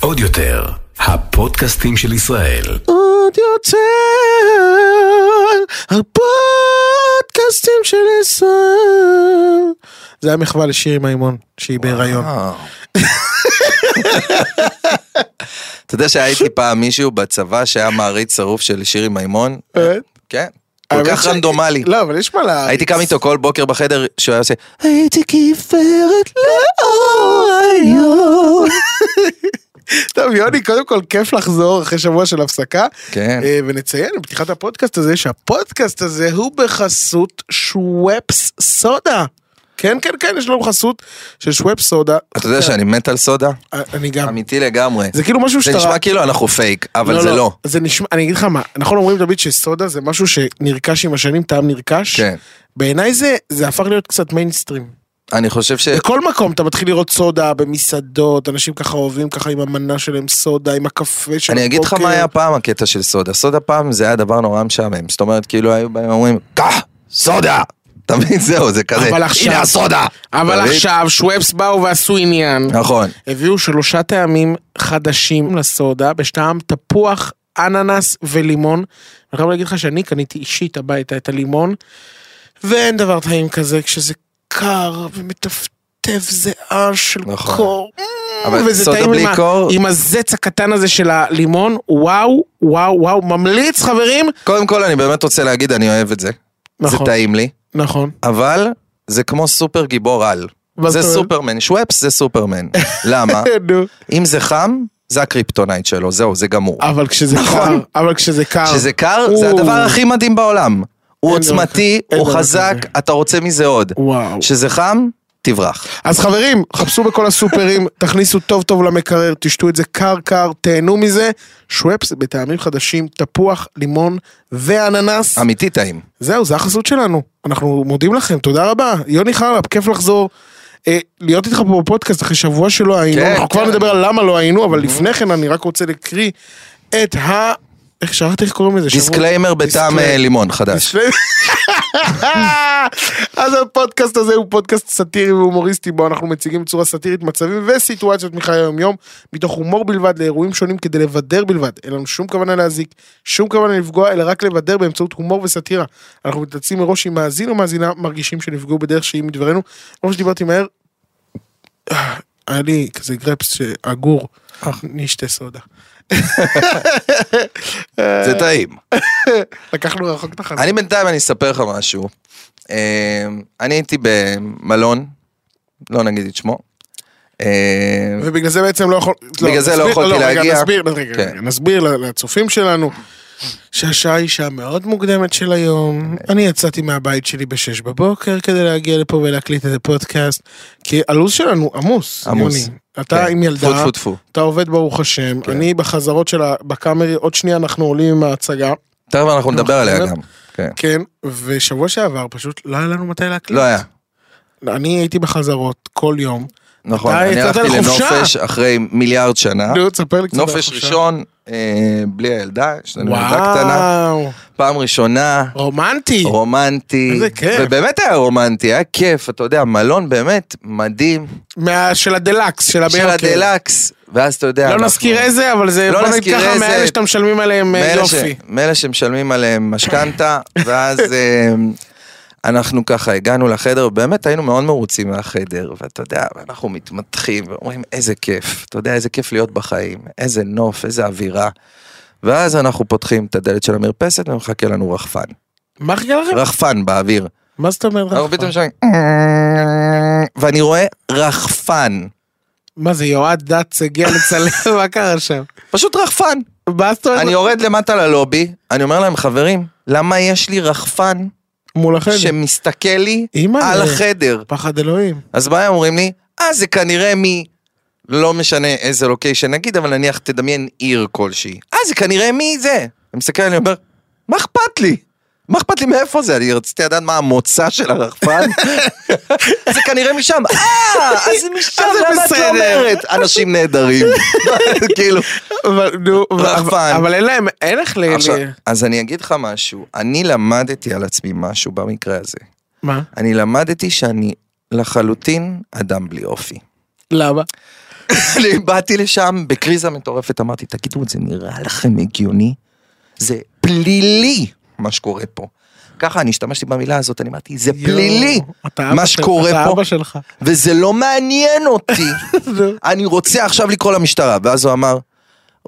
עוד יותר, הפודקאסטים של ישראל. עוד יותר, הפודקאסטים של ישראל. זה היה מחווה לשיר עם האימון, שהיא בהיריון. אה. אתה יודע שהייתי פעם מישהו בצבא שהיה מעריץ שרוף של שירי מימון? אה? כן. כל האמת כך ש- רנדומלי. לא, אבל יש מה לה... הייתי קם איתו כל בוקר בחדר שהוא היה עושה הייתי כעיוורת לאור היום. טוב, יוני, קודם כל כיף לחזור אחרי שבוע של הפסקה. כן. אה, ונציין בפתיחת הפודקאסט הזה שהפודקאסט הזה הוא בחסות שוואפס סודה. כן, כן, כן, יש לנו חסות של שוואפס סודה. אתה יודע שאני מת על סודה? אה, אני גם. אמיתי לגמרי. כן. זה כאילו משהו זה שאתה... נשמע כאילו אנחנו פייק, אבל זה לא. זה נשמע, אני אגיד לך מה, אנחנו אומרים תמיד שסודה זה משהו שנרכש עם השנים, טעם נרכש. כן. בעיניי זה, זה הפך להיות קצת מיינסטרים. אני חושב ש... בכל מקום אתה מתחיל לראות סודה במסעדות, אנשים ככה אוהבים ככה עם המנה שלהם סודה, עם הקפה של אני אגיד לך הבוקר. מה היה פעם הקטע של סודה. סודה פעם זה היה דבר נורא משעמם. זאת אומרת, כאילו היו באים אומרים, קח, סודה! אתה מבין? זהו, זה כזה, אבל עכשיו- הנה הסודה! אבל אתה מבין? עכשיו שוואפס באו ועשו עניין. נכון. הביאו שלושה טעמים חדשים לסודה, בשטעם תפוח, אננס ולימון. אני חייב להגיד לך שאני קניתי אישית הביתה את הלימון, ואין דבר טעים כזה כשזה קר ומטפטף זיעה של נכון. קור. Mm, אבל וזה סודה טעים בלי עם ה- קור- עם הזץ הקטן הזה של הלימון, וואו, וואו, וואו, ממליץ חברים. קודם כל, אני באמת רוצה להגיד, אני אוהב את זה. זה נכון, טעים לי. נכון. אבל זה כמו סופר גיבור על. מה זה זאת אומרת? סופרמן, שוואפס זה סופרמן. למה? נו. אם זה חם, זה הקריפטונייט שלו, זהו, זה גמור. אבל כשזה קר, נכון. אבל כשזה קר. שזה קר, זה אה, או. הדבר הכי מדהים בעולם. הוא אין דבר עוצמתי, כזה. הוא אין דבר חזק, אתה רוצה מזה עוד. וואו. שזה חם, תברח. אז חברים, חפשו בכל הסופרים, תכניסו טוב טוב למקרר, תשתו את זה קר קר, תהנו מזה. שוואפס בטעמים חדשים, תפוח, לימון ואננס. אמיתי טעים. זהו, זה החסות שלנו. אנחנו מודים לכם, תודה רבה. יוני חרלפ, כיף לחזור. אה, להיות איתך פה בפודקאסט אחרי שבוע שלא היינו, כן, אנחנו כבר כן. Mm-hmm. נדבר על למה לא היינו, אבל לפני כן אני רק רוצה להקריא את ה... איך שכחתי איך קוראים לזה? שבוע- דיסקליימר בטעם דיסקליימר. אה, לימון חדש. בשביל- אז הפודקאסט הזה הוא פודקאסט סאטירי והומוריסטי בו אנחנו מציגים בצורה סאטירית מצבים וסיטואציות מחיי היום יום מתוך הומור בלבד לאירועים שונים כדי לבדר בלבד אין לנו שום כוונה להזיק שום כוונה לפגוע אלא רק לבדר באמצעות הומור וסאטירה אנחנו מתנצלים מראש אם מאזין או מאזינה מרגישים שנפגעו בדרך שהיא מדברנו כמו שדיברתי מהר היה לי כזה גרפס שעגור נשתה סודה זה טעים. לקחנו רחוק את החזרה אני בינתיים, אני אספר לך משהו. אה, אני הייתי במלון, לא נגיד את שמו. אה, ובגלל זה בעצם לא יכול... בגלל זה לא נסביר- יכולתי רגע, להגיע. נסביר, רגע, כן. רגע, נסביר ל- לצופים שלנו שהשעה היא שעה מאוד מוקדמת של היום. אני יצאתי מהבית שלי בשש בבוקר כדי להגיע לפה ולהקליט את הפודקאסט, כי הלו"ז שלנו עמוס, עמוס. יוני. אתה כן. עם טפו ילדה, טפו טפו. אתה עובד ברוך השם, כן. אני בחזרות של ה... בקאמרי, עוד שנייה אנחנו עולים עם ההצגה, תכף אנחנו לא, נדבר עליה באמת? גם. כן. כן, ושבוע שעבר פשוט לא היה לנו מתי להקליט. לא היה. אני הייתי בחזרות כל יום. נכון, אתה אני יצאת הלכתי לחופשה. לא, לנופש אחרי מיליארד שנה. נו, תספר לי קצת. על נופש החופשה. ראשון, אה, בלי הילדה, יש לנו ילדה קטנה. וואו, פעם ראשונה, רומנטי. רומנטי. איזה כיף. ובאמת היה רומנטי, היה כיף, אתה יודע, מלון באמת מדהים. מה, של הדלקס, של של הביוקר. הדלקס, ואז אתה יודע. לא אנחנו- נזכיר איזה, אבל זה, לא בוא נגיד נזכיר ככה, איזה. מאלה שאתם משלמים עליהם אה, מאלה ש- יופי. מאלה שמשלמים עליהם משכנתה, ואז אה, אנחנו ככה הגענו לחדר, באמת היינו מאוד מרוצים מהחדר, ואתה יודע, אנחנו מתמתחים, ואומרים איזה כיף, אתה יודע, איזה כיף להיות בחיים, איזה נוף, איזה אווירה. ואז אנחנו פותחים את הדלת של המרפסת ומחכה לנו רחפן. מה חיכה לכם? רחפן באוויר. מה זאת אומרת? אה, לא. אנחנו רחפן? פתאום שומעים... "אה," ואני רואה רחפן. מה זה, יועד דץ הגיע לצלם, מה קרה שם? פשוט רחפן. מה זאת אני אומרת? יורד למטה ללובי, אני אומר להם, חברים, למה יש לי רחפן מול החדר. שמסתכל לי אימא, על אה, החדר? פחד אלוהים. אז מה הם אומרים לי? אה, זה כנראה מ... לא משנה איזה לוקיישן נגיד, אבל נניח תדמיין עיר כלשהי. אה, זה כנראה מי זה? אני מסתכל, אני אומר, מה אכפת לי? מה אכפת לי מאיפה זה? אני רציתי לדעת מה המוצא של הרחפן. זה כנראה משם. אה, אז זה משם, אז זה למה את לא בסדר. אומרת? אנשים נהדרים. כאילו, אבל, נו, אבל- רחפן. אבל אין להם, אין לך ל... עכשיו, ל- אז אני אגיד לך משהו, אני למדתי על עצמי משהו במקרה הזה. מה? אני למדתי שאני לחלוטין אדם בלי אופי. למה? אני באתי לשם בקריזה מטורפת, אמרתי, תגידו, זה נראה לכם הגיוני? זה פלילי מה שקורה פה. ככה אני השתמשתי במילה הזאת, אני אמרתי, זה פלילי יואו, אתה אבא מה של- שקורה אתה פה, אבא שלך. וזה לא מעניין אותי. אני רוצה עכשיו לקרוא למשטרה. ואז הוא אמר,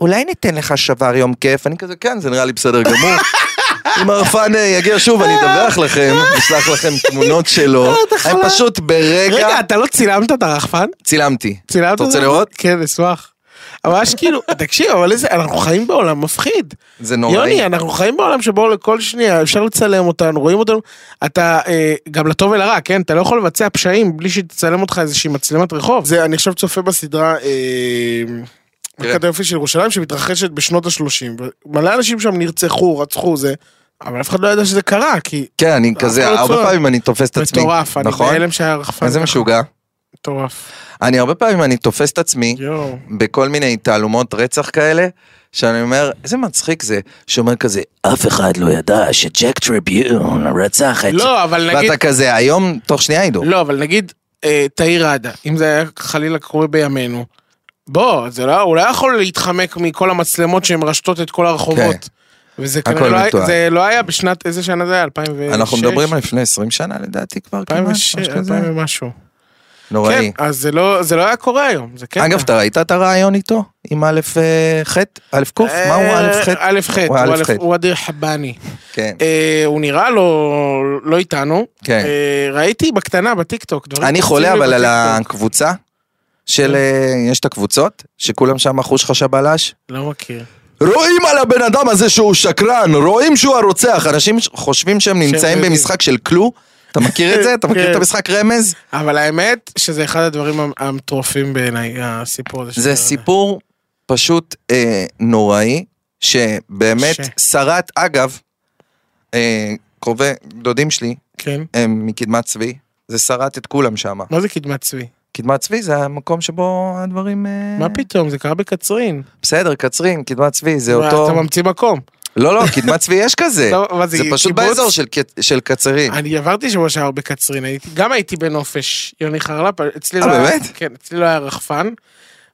אולי ניתן לך שבר יום כיף? אני כזה, כן, זה נראה לי בסדר גמור. אם הרפן אה, יגיע שוב, אני אדווח לכם, אשלח לכם תמונות שלו. אני פשוט ברגע אה, רגע, אתה לא צילמת את הרחפן? צילמתי. צילמת את אתה זה? רוצה לראות? כן, אשמח. ממש כאילו, תקשיב, אבל איזה, אנחנו חיים בעולם מפחיד. זה נוראי. יוני, אנחנו חיים בעולם שבו לכל שנייה אפשר לצלם אותנו, רואים אותנו. אתה, אה, גם לטוב ולרע, כן? אתה לא יכול לבצע פשעים בלי שתצלם אותך איזושהי מצלמת רחוב. זה, אני עכשיו צופה בסדרה... אה, מכת היופי של ירושלים שמתרחשת בשנות ה-30. מלא אנשים שם נרצחו, רצחו, זה... אבל אף אחד לא ידע שזה קרה, כי... כן, אני לא כזה, הרבה צולם. פעמים אני תופס את עצמי. מטורף, אני נכון? בהלם שהיה רחפן. איזה ככה. משוגע. מטורף. אני הרבה פעמים אני תופס את עצמי יואו. בכל מיני תעלומות רצח כאלה, שאני אומר, איזה מצחיק זה, שאומר כזה, אף אחד לא ידע שג'ק טריביון רצח את... לא, אבל נגיד... ואתה כזה, היום, תוך שנייה ידעו. לא, אבל נגיד אה, תאיר ראדה, אם זה היה חלילה קורה בימינו, בוא, זה לא, הוא לא יכול להתחמק מכל המצלמות שהן רשתות את כל הרחובות. כן. וזה הכל כנראה לא היה, מתועד. זה לא היה בשנת, איזה שנה זה היה? 2006? אנחנו מדברים על לפני 20 שנה לדעתי כבר, כמעט, 2006, משהו כזה. 2000 ומשהו. כן, נוראי. אז זה לא, זה לא היה קורה היום, זה כן. אגב, אתה ראית את הרעיון איתו? עם א' אה, ח'? א' ק'? אה, מה הוא א' ח'? א' ח', הוא הוא א' א'- ח'. הוא אדיר חבאני. כן. אה, הוא נראה לא, לא איתנו. כן. אה, ראיתי בקטנה, בטיקטוק. דברים אני קופצים חולה לי אבל על בטיקטוק. הקבוצה של, אה, יש את הקבוצות, שכולם שם אחוש חשב בלש. לא מכיר. רואים על הבן אדם הזה שהוא שקרן, רואים שהוא הרוצח, אנשים ש- חושבים שהם נמצאים יודעים. במשחק של כלו. אתה מכיר את זה? אתה מכיר כן. את המשחק רמז? אבל האמת שזה אחד הדברים המ- המטורפים בעיניי, הסיפור הזה. זה סיפור פשוט אה, נוראי, שבאמת קשה. שרת, אגב, אה, קרובי דודים שלי כן. הם מקדמת צבי, זה שרת את כולם שם. מה זה קדמת צבי? קדמת צבי זה המקום שבו הדברים... אה, מה פתאום? זה קרה בקצרין. בסדר, קצרין, קדמת צבי, זה מה, אותו... אתה ממציא מקום. לא, לא, קדמת צבי יש כזה. לא, אבל זה זה פשוט קיבוץ? באזור של ק- של קצרין. אני עברתי שבוע שעבר בקצרין, הייתי- גם הייתי בנופש, יוני חרלפ, אצלי אה, לא היה... באמת? כן, אצלי לא היה רחפן,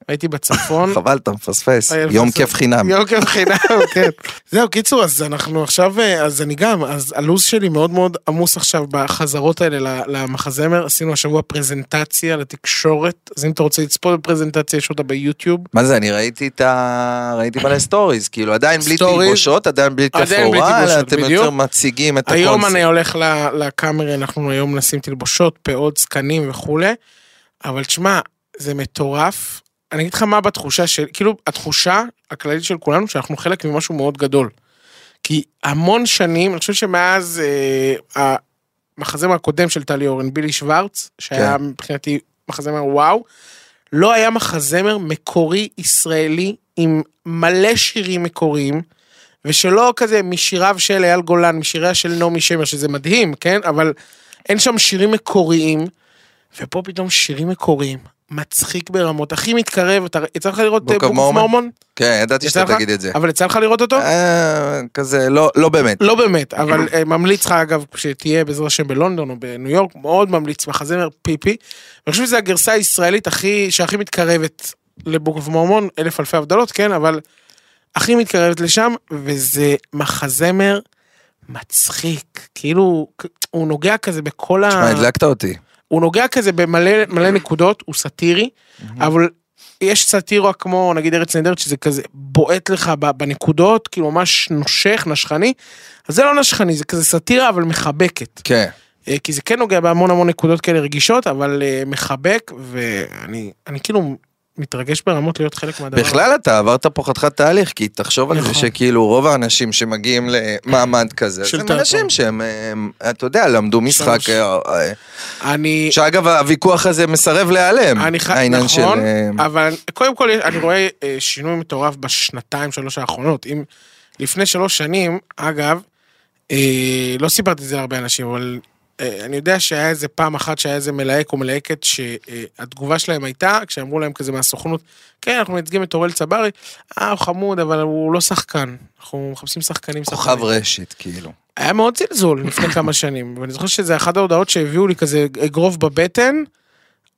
הייתי בצפון. חבל, אתה מפספס. היה יום לפספס. כיף חינם. יום כיף חינם, כן. זהו, קיצור, אז אנחנו עכשיו, אה, אז אני גם, אז הלו"ז שלי מאוד מאוד עמוס עכשיו בחזרות האלה ל- למחזמר, עשינו השבוע פרזנטציה לתקשורת, אז אם אתה רוצה לצפות בפרזנטציה, יש אותה ביוטיוב. מה זה, אני ראיתי את ה... ראיתי מלא סטוריז, כאילו, עדיין בלי סטוריז. תלבושות, עדיין בלי עדיין בלי תפאורה, אלא תלבושות, אתם בדיוק. יותר מציגים את היום אני הקונספט. הולך ל- לקאמרי, אנחנו היום נשים תלבושות, פאות, זקנים וכולי, אבל תשמע, זה מטורף. אני אגיד לך מה בתחושה של, כאילו, התחושה הכללית של כולנו, שאנחנו חלק ממשהו מאוד גדול. כי המון שנים, אני חושב שמאז אה, המחזמר הקודם של טלי אורן, בילי שוורץ, שהיה כן. מבחינתי מחזמר וואו, לא היה מחזמר מקורי ישראלי עם מלא שירים מקוריים, ושלא כזה משיריו של אייל גולן, משיריה של נעמי שמר, שזה מדהים, כן? אבל אין שם שירים מקוריים, ופה פתאום שירים מקוריים. מצחיק ברמות, הכי מתקרב, אתה יצא לך לראות Book אה, of Book of Mormon? Mormon? כן, ידעתי יצא שאתה לך? לא. תגיד את זה. אבל יצא לך לראות אותו? אה, כזה, לא לא באמת. לא באמת, אבל אה, ממליץ לך אגב, כשתהיה בעזרת השם בלונדון או בניו יורק, מאוד ממליץ מחזמר פיפי. אני חושב שזו הגרסה הישראלית הכי, שהכי מתקרבת לבוק אוף מורמון, אלף אלפי הבדלות, כן, אבל הכי מתקרבת לשם, וזה מחזמר מצחיק, כאילו, כ- הוא נוגע כזה בכל ה... מה, הדלקת אותי. הוא נוגע כזה במלא מלא נקודות, הוא סאטירי, אבל יש סאטירה כמו נגיד ארץ נהדרת, שזה כזה בועט לך ב- בנקודות, כאילו ממש נושך, נשכני, אז זה לא נשכני, זה כזה סאטירה אבל מחבקת. כן. אה, כי זה כן נוגע בהמון המון נקודות כאלה רגישות, אבל אה, מחבק, ואני אני כאילו מתרגש ברמות להיות חלק מהדבר. הזה. בכלל אתה עברת פה חתיכת תהליך, כי תחשוב על זה לא. נכון. שכאילו רוב האנשים שמגיעים למעמד כזה, של הם תיאטרון. אנשים שהם, אה, אתה יודע, למדו משחק, שלוש. אה, אה, אני... שאגב הוויכוח הזה מסרב להיעלם, אני ח... העניין נכון, של... אה, אבל קודם כל אני רואה אה, שינוי מטורף בשנתיים שלוש האחרונות. אם לפני שלוש שנים, אגב, אה, לא סיפרתי את זה להרבה אנשים, אבל אה, אני יודע שהיה איזה פעם אחת שהיה איזה מלהק או מלהקת שהתגובה שלהם הייתה, כשאמרו להם כזה מהסוכנות, כן, אנחנו מייצגים את אוראל צברי, אה, הוא חמוד, אבל הוא לא שחקן. אנחנו מחפשים שחקנים. כוכב שחקנים." רשת, כאילו. היה מאוד זלזול לפני כמה שנים, ואני זוכר שזה אחת ההודעות שהביאו לי כזה אגרוף בבטן,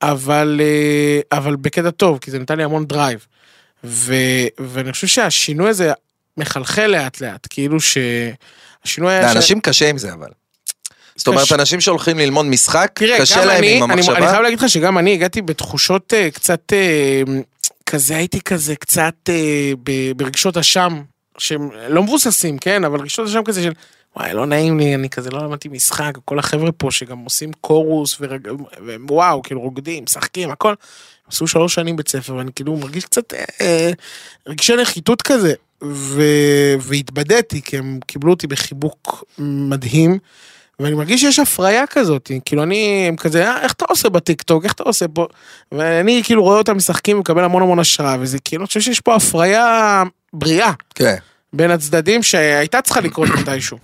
אבל, אה, אבל בקטע טוב, כי זה נתן לי המון דרייב. ו, ואני חושב שהשינוי הזה מחלחל לאט לאט, כאילו שהשינוי היה... אה, ש- לאנשים קשה עם זה אבל. זאת אומרת, קשה. אנשים שהולכים ללמוד משחק, תראה, קשה גם להם אני, עם אני, אני המחשבה. חייב להגיד לך שגם אני הגעתי בתחושות אה, קצת, אה, כזה הייתי כזה קצת אה, ב- ברגשות אשם, שהם לא מבוססים, כן? אבל רגשות אשם כזה של, וואי, לא נעים לי, אני כזה לא למדתי משחק, כל החבר'ה פה שגם עושים קורוס, ורג... והם וואו, כאילו רוקדים, משחקים, הכל. עשו שלוש שנים בית ספר, ואני כאילו מרגיש קצת אה, אה, רגשי נחיתות כזה. ו... והתבדיתי, כי הם קיבלו אותי בחיבוק מדהים. ואני מרגיש שיש הפריה כזאת, כאילו אני, הם כזה, "אה, איך אתה עושה בטיקטוק, איך אתה עושה פה, ואני כאילו רואה אותם משחקים ומקבל המון המון השראה, וזה כאילו, אני חושב שיש פה הפריה בריאה כן. בין הצדדים שהייתה צריכה לקרות מתישהו,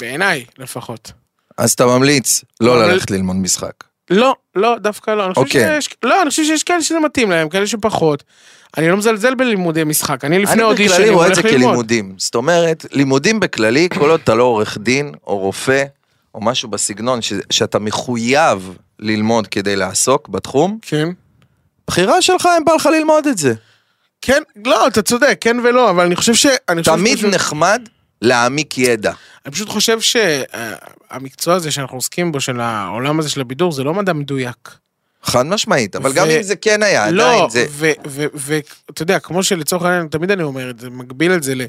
בעיניי לפחות. אז אתה ממליץ לא אבל- ללכת ללמוד משחק. לא, לא, דווקא לא, אני חושב, אוקיי. שיש, לא, אני חושב שיש כאלה שזה מתאים להם, כאלה שפחות. אני לא מזלזל בלימודי משחק, אני לפני אני בכללי אודישנים רואה את זה הולך ללמוד. כלימודים. זאת אומרת, לימודים בכללי, כל עוד אתה לא עורך דין או רופא או משהו בסגנון, ש- שאתה מחויב ללמוד כדי לעסוק בתחום, כן. בחירה שלך אם בא לך ללמוד את זה. כן, לא, אתה צודק, כן ולא, אבל אני חושב ש... אני חושב תמיד פשוט- נחמד להעמיק ידע. אני פשוט חושב שהמקצוע הזה שאנחנו עוסקים בו, של העולם הזה של הבידור, זה לא מדע מדויק. חד משמעית, אבל ו- גם אם זה כן היה, לא, עדיין זה... ואתה יודע, כמו שלצורך העניין, תמיד אני אומר את זה, מגביל את זה ל...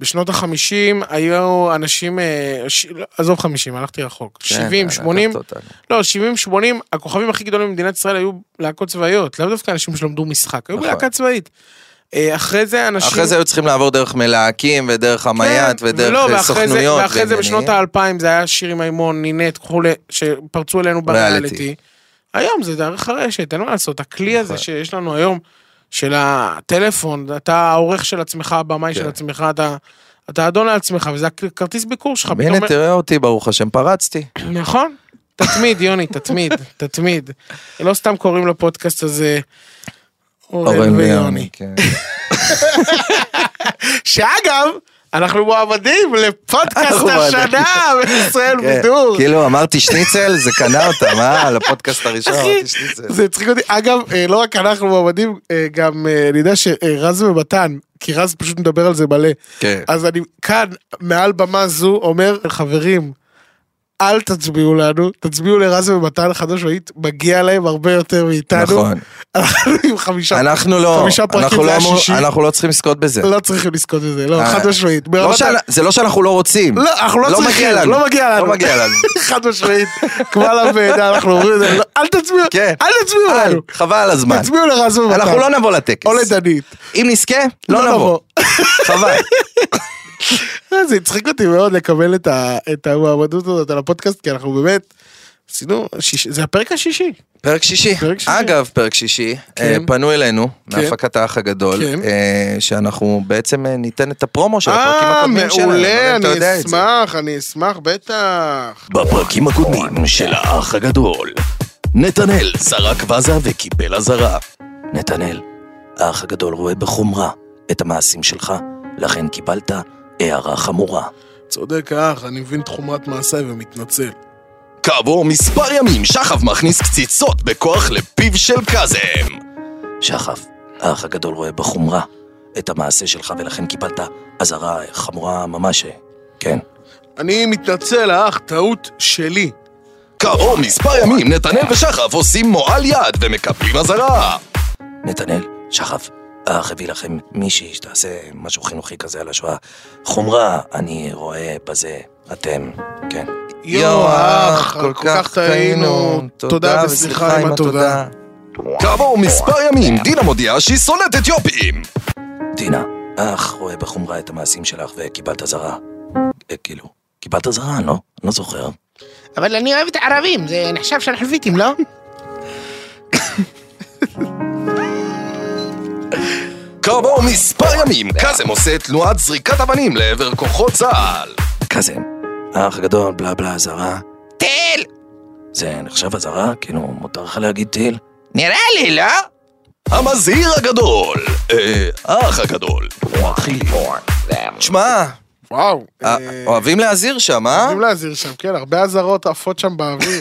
בשנות החמישים היו אנשים, אה, ש... לא, עזוב חמישים, הלכתי רחוק. כן, שבעים, לקחת שמונים, אותנו. לא, שבעים, שמונים, הכוכבים הכי גדולים במדינת ישראל היו להקות צבאיות, לאו דווקא אנשים שלמדו משחק, היו נכון. בלהקה צבאית. אה, אחרי זה אנשים... אחרי זה היו צריכים לעבור דרך מלהקים ודרך המייט כן, ודרך ולא, אה, ואחרי זה- סוכנויות. ואחרי זה ועניינים. בשנות האלפיים זה היה שירי מימון, נינט, כולי, שפרצו אלינו בריאליטי. ריאליטי. היום זה דרך הרשת, אין מה לעשות, הכלי הזה נכון. שיש לנו היום, של הטלפון, אתה העורך של עצמך, הבמאי של כן. עצמך, אתה... אתה אדון לעצמך, וזה הכרטיס ביקור שלך. פתאום- הנה תראה אותי ברוך השם פרצתי. נכון. תתמיד, יוני, תתמיד, תתמיד. לא סתם קוראים לפודקאסט הזה אורן ויוני. כן. שאגב, אנחנו מועמדים לפודקאסט אנחנו מועמדים. השנה בישראל כן. בידור. כאילו אמרתי שניצל זה קנה אותם אה לפודקאסט הראשון אחי, אמרתי שניצל. זה הצחיק אותי. אגב, אה, לא רק אנחנו מועמדים, אה, גם אה, אני יודע שרז ומתן, כי רז פשוט מדבר על זה מלא. כן. אז אני כאן, מעל במה זו, אומר, חברים, אל תצביעו לנו, תצביעו לרז ומתן חד משמעית, מגיע להם הרבה יותר מאיתנו. נכון. אנחנו עם חמישה, אנחנו לא חמישה פרקים אנחנו זה לא היה אמור- שישי. אנחנו לא צריכים לזכות בזה. לא צריכים לזכות בזה, לא, אה, חד משמעית. לא ברמת ה- שאנ- זה לא שאנחנו לא רוצים. לא, אנחנו לא לא צריכים, מגיע לנו. לא מגיע לנו. לא מגיע לנו. חד משמעית, קבל עם ועדה, אנחנו אומרים את זה, לא, אל תצביעו, כן. אל תצביעו אל, לנו, חבל על הזמן. תצביעו לרז ומתן. אנחנו לא נבוא לטקס. לא. או לדנית. אם נזכה לא נבוא. חבל. אה, זה הצחיק אותי מאוד לקבל את ה- את המועמדות הזאת על הפודקאסט, כי אנחנו באמת, עשינו, שיש- זה הפרק השישי. פרק שישי. פרק שישי. אגב, פרק שישי, כן. אה, פנו אלינו כן. מהפקת האח הגדול, כן. אה, שאנחנו בעצם אה, ניתן את הפרומו של הפרקים אה, הקודמים שלנו. מעולה, אבל אתה אני יודע את זה. אשמח, אני אשמח, בטח. בפרקים הקודמים של האח הגדול, נתנאל זרק וזה וקיבל אזהרה. נתנאל, האח הגדול רואה בחומרה את המעשים שלך, לכן קיבלת הערה חמורה. צודק האח, אני מבין את חומרת מעשיי ומתנצל. כעבור מספר ימים שחף מכניס קציצות בכוח לפיו של קאזם. שחף, האח הגדול רואה בחומרה את המעשה שלך ולכן קיבלת אזהרה חמורה ממש. כן. אני מתנצל, האח, טעות שלי. כעבור מספר ימים נתנאל ושחף עושים מועל יד ומקבלים אזהרה. נתנאל, שחף, האח הביא לכם מישהי שתעשה משהו חינוכי כזה על השואה. חומרה, אני רואה בזה אתם, כן. יואו, האח, כל כך טעינו. תודה וסליחה עם התודה. כעבור מספר ימים דינה מודיעה שהיא שונאת אתיופים. דינה, האח רואה בחומרה את המעשים שלך וקיבלת אזהרה. אה, כאילו, קיבלת אזהרה, לא? אני לא זוכר. אבל אני אוהב את הערבים, זה נחשב שלחפיתים, לא? כעבור מספר ימים קאזם עושה את תנועת זריקת אבנים לעבר כוחות צה"ל. קאזם, האח הגדול, בלה בלה אזהרה. טיל! זה נחשב אזהרה? כאילו, מותר לך להגיד טיל? נראה לי, לא? המזהיר הגדול. אה, האח הגדול. שמע, וואו. אה, אה, אוהבים להזהיר שם, אה? צריכים להזהיר שם, כן, הרבה אזהרות עפות שם באוויר.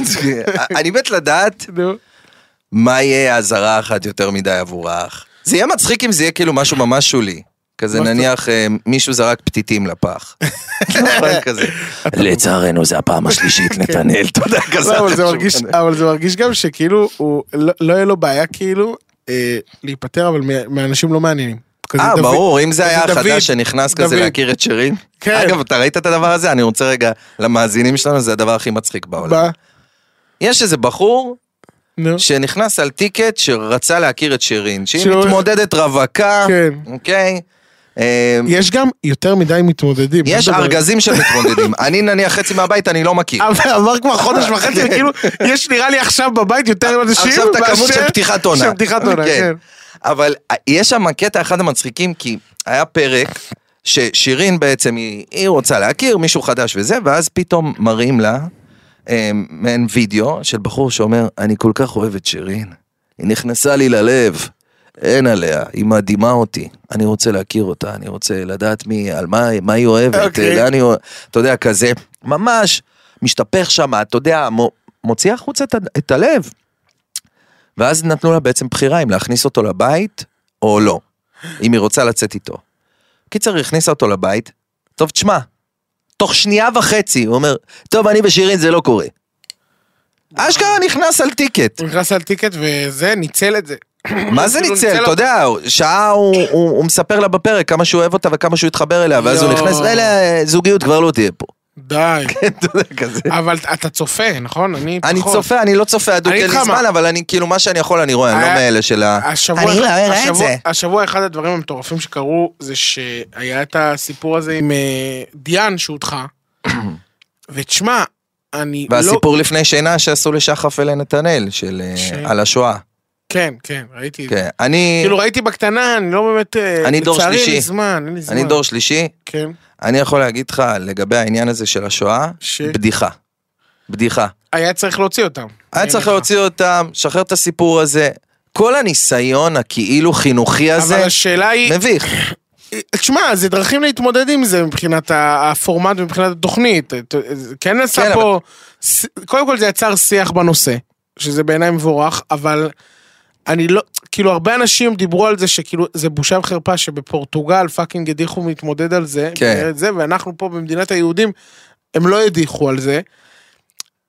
אני מת לדעת נו. מה יהיה אזהרה אחת יותר מדי עבור האח? זה יהיה מצחיק אם זה יהיה כאילו משהו ממש שולי. כזה מה זה? נניח אה, מישהו זרק פתיתים לפח. נכון, כזה. לצערנו זה הפעם השלישית, נתנאל, תודה כזה. אוקיי. לא, אבל זה מרגיש- אה, אבל זה מרגיש גם שכאילו, הוא- לא- לא יהיה לו בעיה כאילו אה, להיפטר, אבל מה- מאנשים לא מעניינים. כזה אה, דוד- ברור, אם זה כזה היה דוד, החדש שנכנס כזה דוד. להכיר את שירים. כן. אגב, אתה ראית את הדבר הזה? אני רוצה רגע, למאזינים שלנו זה הדבר הכי מצחיק בעולם. בא, יש איזה בחור נו. שנכנס על טיקט שרצה להכיר את שירין, שהיא שהוא- מתמודדת רווקה, כן. אוקיי? אה, יש גם יותר מדי מתמודדים. יש לא מדבר- ארגזים של מתמודדים, אני נניח חצי מהבית אני לא מכיר. אבל עבר כבר חודש וחצי, כאילו, יש נראה לי עכשיו בבית יותר אנשים עכשיו את הכמות של פתיחת עונה. של פתיחת עונה, כן. אבל יש שם קטע אחד המצחיקים, כי היה פרק ששירין בעצם, היא, היא רוצה להכיר מישהו חדש וזה, ואז פתאום מראים לה אה, מעין וידאו של בחור שאומר, אני כל כך אוהב את שירין, היא נכנסה לי ללב. אין עליה, היא מדהימה אותי, אני רוצה להכיר אותה, אני רוצה לדעת מי, על מה, מה היא אוהבת, אוקיי. okay. לאן היא אוהבת, אתה יודע, כזה, ממש משתפך שם, אתה יודע, מו- מוציא החוצה את, ה- את הלב. ואז נתנו לה בעצם בחירה אם להכניס אותו לבית או לא, אם היא רוצה לצאת איתו. קיצר, היא הכניסה אותו לבית, טוב, תשמע, תוך שנייה וחצי, הוא אומר, טוב, אני ושירין זה לא קורה. אשכרה נכנס על טיקט. הוא נכנס על טיקט וזה, ניצל את זה. מה זה כאילו ניצל? ניצל אתה יודע, שעה הוא, הוא, הוא מספר לה בפרק כמה שהוא אוהב אותה וכמה שהוא התחבר אליה, ואז הוא יואו. נכנס, אלה, זוגיות כבר לא תהיה פה. די. אתה יודע, כזה. אבל אתה צופה, נכון? אני אני פחות. צופה, אני לא צופה הדוק, אני אין אגיד לי לך מה. אה, זמן, אבל אני כאילו, מה שאני יכול אני רואה, אני לא היה- מאלה של ה... השבוע, אני לא אראה את השבוע, זה. השבוע אחד הדברים המטורפים שקרו זה שהיה את הסיפור הזה עם אה, דיאן שהודחה. ותשמע, אני לא... והסיפור לפני שינה שעשו לשחף ולנתנאל, של אה, ש- על השואה. כן, כן, ראיתי. את זה. כן, אני כאילו ראיתי בקטנה, אני לא באמת... אה, אני דור לצערי, אין לי שלישי. זמן, אין לי זמן. אני דור שלישי, כן. אני יכול להגיד לך לגבי העניין הזה של השואה, ש- בדיחה. בדיחה. היה צריך להוציא אותם. היה אני צריך אומר לך. להוציא אותם, שחרר את הסיפור הזה. כל הניסיון הכאילו חינוכי הזה, אבל לא השאלה היא, מביך. תשמע, זה דרכים להתמודד עם זה מבחינת ה- הפורמט ומבחינת התוכנית. את- זה כן כן, נעשה אבל- פה, ס- קודם כל זה יצר שיח בנושא, שזה בעיניי מבורך, אבל אני לא, כאילו הרבה אנשים דיברו על זה שכאילו זה בושה וחרפה שבפורטוגל פאקינג הדיחו מתמודד על זה, כן. בארץ זה, ואנחנו פה במדינת היהודים, הם לא הדיחו על זה.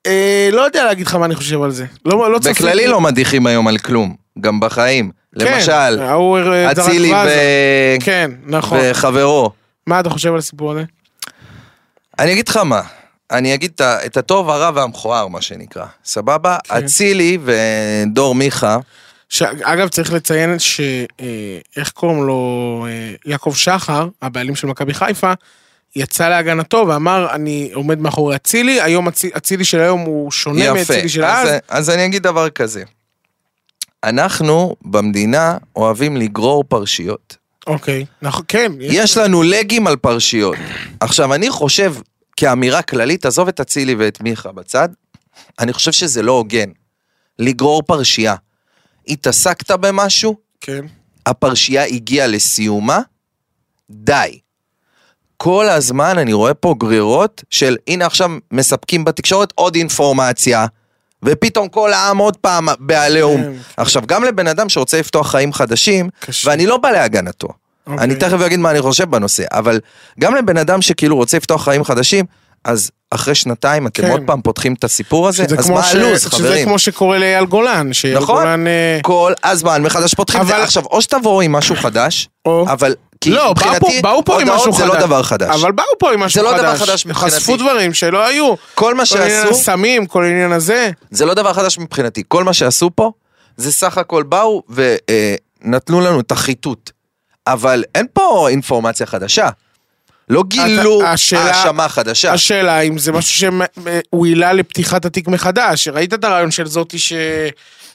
אה, לא יודע להגיד לך מה אני חושב על זה. לא, לא צפיתי. בכללי לא מדיחים היום על כלום, גם בחיים. כן, למשל, ההוא, אה, זרק אצילי ואז. ו- כן, נכון. וחברו. מה אתה חושב על הסיפור הזה? אני אגיד לך מה, אני אגיד את ה- את הטוב, הרע והמכוער, מה שנקרא. סבבה? כן. אצילי ודור מיכה, שאגב צריך לציין ש... אה, איך קוראים לו? אה, יעקב שחר, הבעלים של מכבי חיפה, יצא להגנתו ואמר אני עומד מאחורי אצילי, היום אצי- אצילי של היום הוא שונה יפה. מאצילי של אז. אז, אז אני אגיד דבר כזה. אנחנו במדינה אוהבים לגרור פרשיות. אוקיי, נכון, כן. יש לנו לגים על פרשיות. עכשיו, אני חושב, כאמירה כללית, עזוב את אצילי ואת מיכה בצד, אני חושב שזה לא הוגן. לגרור פרשייה. התעסקת במשהו, כן. הפרשייה הגיעה לסיומה, די. כל הזמן אני רואה פה גרירות של הנה עכשיו מספקים בתקשורת עוד אינפורמציה, ופתאום כל העם עוד פעם בעליהום. כן, עכשיו, גם לבן אדם שרוצה לפתוח חיים חדשים, קשה. ואני לא בא להגנתו, אוקיי. אני תכף אגיד מה אני חושב בנושא, אבל גם לבן אדם שכאילו רוצה לפתוח חיים חדשים, אז אחרי שנתיים אתם כן. עוד פעם פותחים את הסיפור הזה, שזה אז כמו מה ש- הלו"ז, שזה חברים? כמו שקורה לאייל גולן, שאייל נכון. גולן... אה, כל הזמן מחדש פותחים את זה. אבל- עכשיו, או שתבואו עם משהו חדש, או- אבל כי לא, באו פה- מבחינתי, באו פה עם משהו הודעות חדש. זה לא דבר חדש. אבל באו פה עם משהו לא חדש. דבר חדש מבחינתי. חשפו דברים שלא היו. כל מה כל עניין שעשו, הסמים, כל עניין הזה. זה לא דבר חדש מבחינתי. כל מה שעשו פה, זה סך הכל באו ונתנו לנו את החיטוט. אבל אין פה אינפורמציה חדשה. לא גילו השאלה- האשמה חדשה. השאלה אם זה משהו שהוא עילה לפתיחת התיק מחדש. ראית את הרעיון של זאתי ש...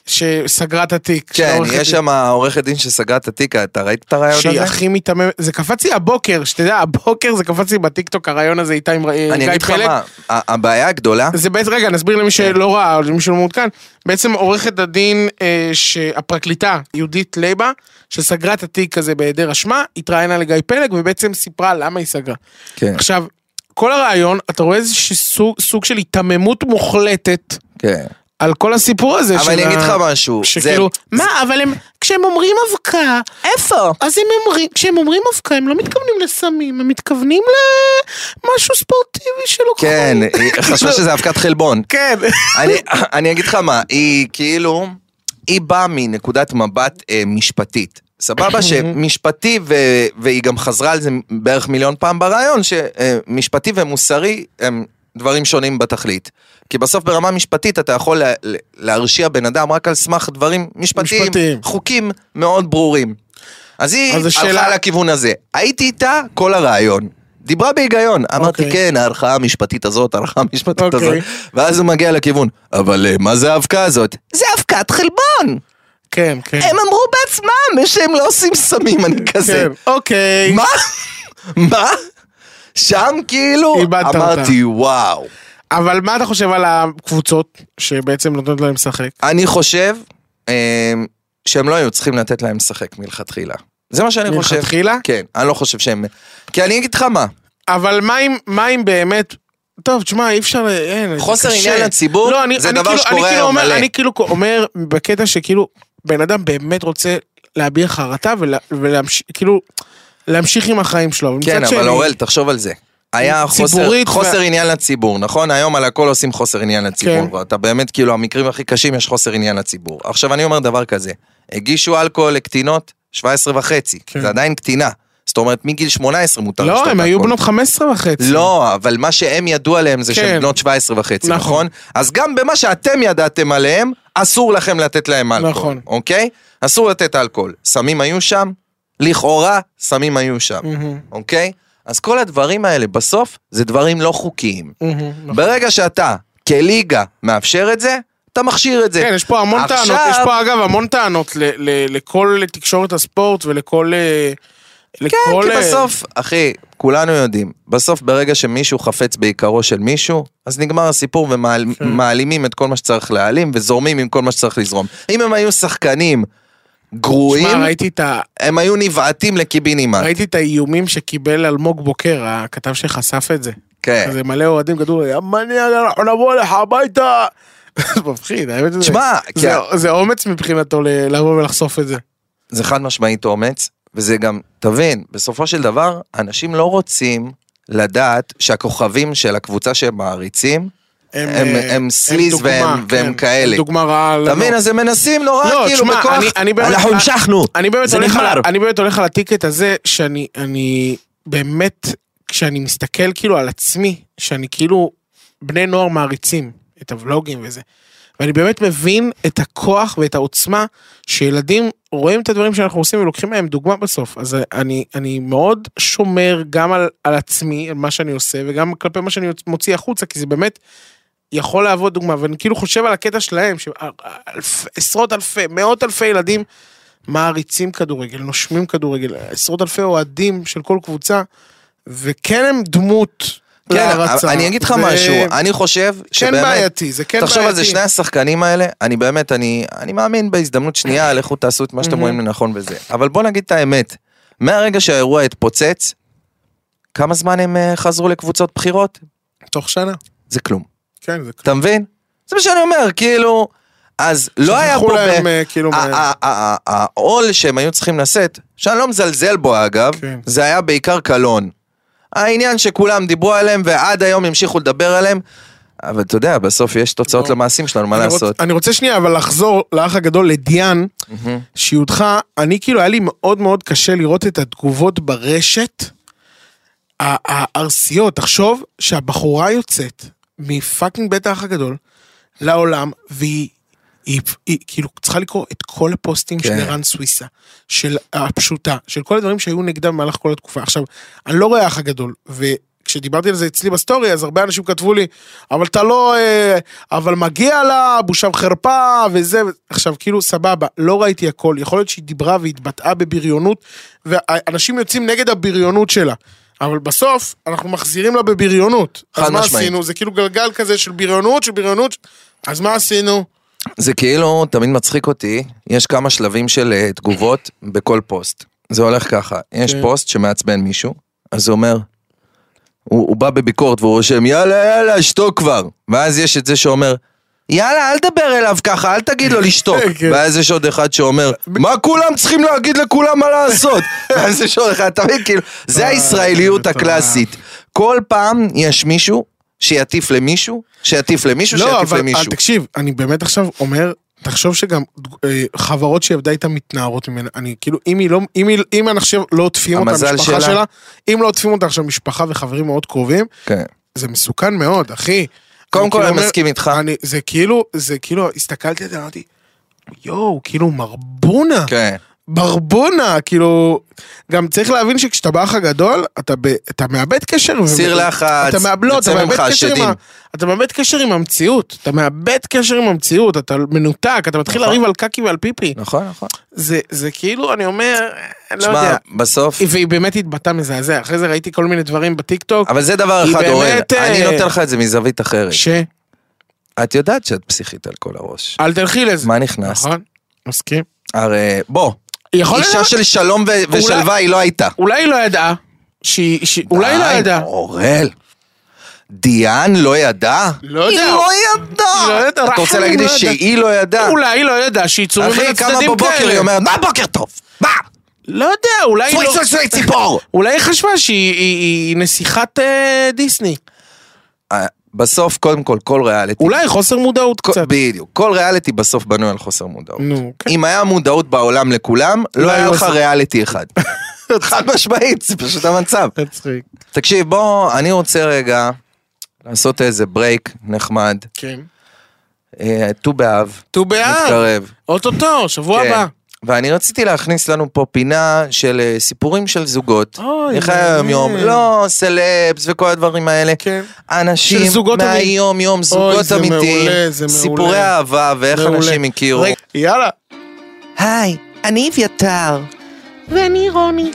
שסגרה את התיק. של כן, העורכת יש שם עורכת דין שסגרה את התיק, אתה ראית את הרעיון דין, לא, שהיא הזה? הכי מיתממת, זה קפץ לי הבוקר, שתדע, הבוקר זה קפץ לי בטיקטוק הרעיון הזה איתה עם אה, אני גיא אגיד לך פלג. מה, כן. ה- הבעיה הגדולה, זה בעצם, רגע, נסביר למי שלא ראה, או למי שלא מעודכן. בעצם עורכת הדין, אה, ש- הפרקליטה, יהודית לייבה, שסגרה את התיק הזה בהיעדר אשמה, התראיינה לגיא פלג ובעצם סיפרה למה היא סגרה. כן, עכשיו, כל הרעיון, אתה רואה איזשהו סוג, סוג של היתממות מוחלטת כן, על כל הסיפור הזה אבל אני אגיד לך משהו, זה... שכאילו, מה, אבל הם, כשהם אומרים אבקה, איפה? אז הם אומרים, כשהם אומרים אבקה, הם לא מתכוונים לסמים, הם מתכוונים למשהו ספורטיבי שלא כן, היא חשבה שזה אבקת חלבון. כאילו כן. אני, אני אגיד לך מה, היא כאילו, היא באה מנקודת מבט אה, משפטית. סבבה שמשפטי, ו, והיא גם חזרה על זה בערך מיליון פעם ברעיון, שמשפטי ומוסרי הם דברים שונים בתכלית. כי בסוף ברמה משפטית אתה יכול לה, לה- להרשיע בן אדם רק על סמך דברים משפטיים, משפטיים. חוקים מאוד ברורים. אז היא אז הלכה השאלה- שאלה... לכיוון הזה. הייתי איתה כל הרעיון. דיברה בהיגיון, אמרתי אוקיי. כן, ההערכה המשפטית הזאת, ההערכה המשפטית אוקיי. הזאת, ואז הוא מגיע לכיוון, אבל אה, מה זה האבקה הזאת? זה אבקת חלבון! כן, כן. הם אמרו בעצמם שהם לא עושים סמים, אני כזה. כן, אוקיי. מה? מה? שם כאילו, איבדת אותה. אמרתי וואו. אבל מה אתה חושב על הקבוצות שבעצם נותנות להם לשחק? אני חושב אה, שהם לא היו צריכים לתת להם לשחק מלכתחילה. זה מה שאני חושב. מלכתחילה? כן, אני לא חושב שהם... כי אני אגיד לך מה, אבל מה אם, מה אם באמת... טוב, תשמע, אי אפשר... אין, זה חוסר קשה. עניין לציבור, לא, אני, זה אני דבר כאילו, אני שקורה כאילו היום אומר, מלא. אני כאילו אומר בקטע שכאילו בן אדם באמת רוצה להביע חרטה ולה, ולהמשיך, כאילו, להמשיך עם החיים שלו. ומצד כן, שני- אבל אורל, תחשוב על זה. היה חוסר, ציבורית ו- חוסר עניין לציבור, נכון? היום על הכל עושים חוסר עניין לציבור, כן. ואתה באמת, כאילו, המקרים הכי קשים, יש חוסר עניין לציבור. עכשיו, אני אומר דבר כזה, הגישו אלכוהול לקטינות 17 וחצי, כן. זה עדיין קטינה. זאת אומרת, מגיל 18 מותר לשתות לא, הם אלכוהול. היו בנות 15 וחצי. לא, אבל מה שהם ידעו עליהם זה כן. שהם בנות 17 וחצי, נכון. נכון. אז גם במה שאתם ידעתם עליהם, אסור לכם לתת להם אלכוהול, נכון. אוקיי? אסור לתת אלכוהול. סמים היו שם? לכאורה, סמים היו שם, מהמם, אוקיי? אז כל הדברים האלה בסוף זה דברים לא חוקיים. מהמם, נכון. ברגע שאתה, כליגה, מאפשר את זה, אתה מכשיר את זה. כן, יש פה המון עכשיו- טענות, יש פה אגב המון טענות ל- ל- לכל תקשורת הספורט ולכל... אה, לכל, כן, כי אה, בסוף, אחי, כולנו יודעים, בסוף ברגע שמישהו חפץ בעיקרו של מישהו, אז נגמר הסיפור כן. ומעלימים את כל מה שצריך להעלים וזורמים עם כל מה שצריך לזרום. אם הם היו שחקנים גרועים, שמע, ראיתי את ה... הם היו נבעטים לקיבינימט. ראיתי את האיומים שקיבל אלמוג בוקר, הכתב שחשף את זה. כן. זה מלא אוהדים כתוב, יא מניאק, אנחנו נבוא לך הביתה. זה מפחיד, האמת שזה. תשמע, זה- כן. זה אומץ מבחינתו ל- לבוא ולחשוף את זה. זה חד משמעית אומץ, וזה גם, תבין, בסופו של דבר, אנשים לא רוצים לדעת שהכוכבים של הקבוצה שהם מעריצים, הם- אה, הם סליז דוגמה, והם- והם כן. כאלה. דוגמה רעה. אתה לנו. מבין? אז הם מנסים נורא, לא, כאילו, תשמע, בכוח. אני- אני באמת- אנחנו המשכנו. אני באמת זה הולך על- נגמר. אני באמת הולך על הטיקט הזה, שאני אני באמת, כשאני מסתכל כאילו על עצמי, שאני כאילו בני נוער מעריצים את הוולוגים וזה. ואני באמת מבין את הכוח ואת העוצמה שילדים רואים את הדברים שאנחנו עושים ולוקחים מהם דוגמה בסוף. אז אני, אני מאוד שומר גם על, על עצמי, על מה שאני עושה, וגם כלפי מה שאני מוציא החוצה, כי זה באמת יכול להוות דוגמה. ואני כאילו חושב על הקטע שלהם, שעשרות אלפי, מאות אלפי ילדים מעריצים כדורגל, נושמים כדורגל, עשרות אלפי אוהדים של כל קבוצה, וכן הם דמות כן, להערצה. אני אגיד לך לא ו- משהו, אני חושב כן שבאמת... בעייתי, זה כן בעייתי. תחשוב על זה, שני השחקנים האלה, אני באמת, אני, אני מאמין בהזדמנות שנייה, לכו תעשו את מה שאתם רואים לנכון וזה. אבל בוא נגיד את האמת, מהרגע שהאירוע התפוצץ, כמה זמן הם אה, חזרו לקבוצות בחירות? תוך שנה. זה כלום. כן, זה אתה מבין? זה מה שאני אומר, כאילו... אז לא היה שכחו פה... ב- להם, אה, כאילו, ה- מה- ה- ה- ה- העול שהם היו צריכים לשאת, שאני לא מזלזל בו אגב, כן. זה היה בעיקר קלון. העניין שכולם דיברו עליהם ועד היום המשיכו לדבר עליהם, אבל אתה יודע, בסוף יש תוצאות לא. למעשים שלנו, מה אני רוצ- לעשות? אני רוצה שנייה אבל לחזור לאח הגדול לדיאן, שיודחה, אני כאילו היה לי מאוד מאוד קשה לראות את התגובות ברשת ה- הארסיות. תחשוב שהבחורה יוצאת מפאקינג בית האח הגדול לעולם, והיא... היא, היא כאילו צריכה לקרוא את כל הפוסטים כן. של ערן סוויסה, של הפשוטה, של כל הדברים שהיו נגדה במהלך כל התקופה. עכשיו, אני לא רואה האח הגדול, וכשדיברתי על זה אצלי בסטורי, אז הרבה אנשים כתבו לי, אבל אתה לא... אה, אבל מגיע לה, בושה וחרפה, וזה... עכשיו, כאילו, סבבה, לא ראיתי הכל. יכול להיות שהיא דיברה והתבטאה בבריונות, ואנשים יוצאים נגד הבריונות שלה. אבל בסוף, אנחנו מחזירים לה בבריונות. אז חד מה משמעית. עשינו? זה כאילו גלגל כזה של בריונות, של בריונות. אז מה עשינו? זה כאילו תמיד מצחיק אותי, יש כמה שלבים של אה, תגובות בכל פוסט. זה הולך ככה, יש כן. פוסט שמעצבן מישהו, אז הוא אומר, הוא, הוא בא בביקורת והוא רושם יאללה יאללה שתוק כבר, ואז יש את זה שאומר, יאללה, אל תדבר אליו ככה, אל תגיד לו לשתוק. כן. ואז יש עוד אחד שאומר, מה כולם צריכים להגיד לכולם מה לעשות? ואז יש עוד אחד, אתה מבין, כאילו, זה הישראליות אה, מטורף. הקלאסית. כל פעם יש מישהו שיטיף למישהו, שיטיף למישהו, לא, שיטיף אבל למישהו. אבל תקשיב, אני באמת עכשיו אומר, תחשוב שגם אה, חברות שהיא עבדה איתה מתנערות ממנה, אני כאילו, אם היא לא, אם, היא, אם עכשיו לא עוטפים אותה, המזל המשפחה שלה. שלה, אם לא עוטפים אותה עכשיו משפחה וחברים מאוד קרובים, כן. זה מסוכן מאוד, אחי. קודם כל, כאילו אני אומר- מסכים איתך. אני, זה כאילו, זה כאילו, הסתכלתי על זה, אמרתי, יואו, כאילו מרבונה. כן. ברבונה, כאילו, גם צריך להבין שכשאתה באח הגדול, אתה, ב, אתה מאבד קשר. ו- סיר לחץ, אתה מאבד, לא, אתה יוצא מאבד ממך קשר עם, שדים. ה- אתה מאבד קשר עם המציאות, אתה מאבד קשר עם המציאות, אתה מנותק, אתה מתחיל לריב על קקי ועל פיפי. נכון, נכון. זה, זה כאילו, אני אומר, לא שמע, יודע. בסוף... והיא באמת התבטאה מזעזע, אחרי זה ראיתי כל מיני דברים בטיקטוק, אבל זה דבר היא אחד, אורן, באמת, אה, אני נותן לך את זה מזווית אחרת. ש... את יודעת שאת פסיכית על כל הראש. אל תלכי לזה. מה נכנסת? נכון, מסכים. הרי, בוא, יכול להיות, אישה של שלום ו- אולי- ושלווה היא לא הייתה. אולי היא לא ידעה, שהיא, שהיא- אולי היא לא די, ידעה. אורל. דיאן לא ידעה? לא יודע. היא לא ידעה. היא לא ידעה, אתה רוצה רחמים להגיד לי לא ידעה. שהיא לא ידעה? אולי היא לא ידעה שיצורים בין אחי, הצדדים כאלה. כמה בבוקר היא אומרת, מה בוקר טוב? מה? לא יודע, אולי היא צוי לא... צוי צוי ציפור! אולי היא חשבה שהיא היא- היא נסיכת אה, דיסני. אה, בסוף, קודם כל, כל ריאליטי. אולי חוסר מודעות כל- קצת. בדיוק. כל ריאליטי בסוף בנוי על חוסר מודעות. נו, כן. אם היה מודעות בעולם לכולם, לא לא היה היה לך עושה. ריאליטי אחד. חד משמעית, זה פשוט המצב. מצחיק. תקשיב, בוא, אני רוצה רגע לעשות איזה ברייק נחמד. כן. אה, ט"ו באב. ט"ו באב, מתקרב. אוטוטו, שבוע כן. אה, הבא. ואני רציתי להכניס לנו פה פינה של אה, סיפורים של זוגות. אוי, איך היה היום יום? מעניין. לא סלבס וכל הדברים האלה. כן. אנשים של זוגות מהיום יום, זוגות זה אמיתיים. מעולה, זה מעולה. סיפורי אהבה ואיך מעולה. אנשים הכירו. רגע, יאללה. היי, אני אביתר. ואני רוני,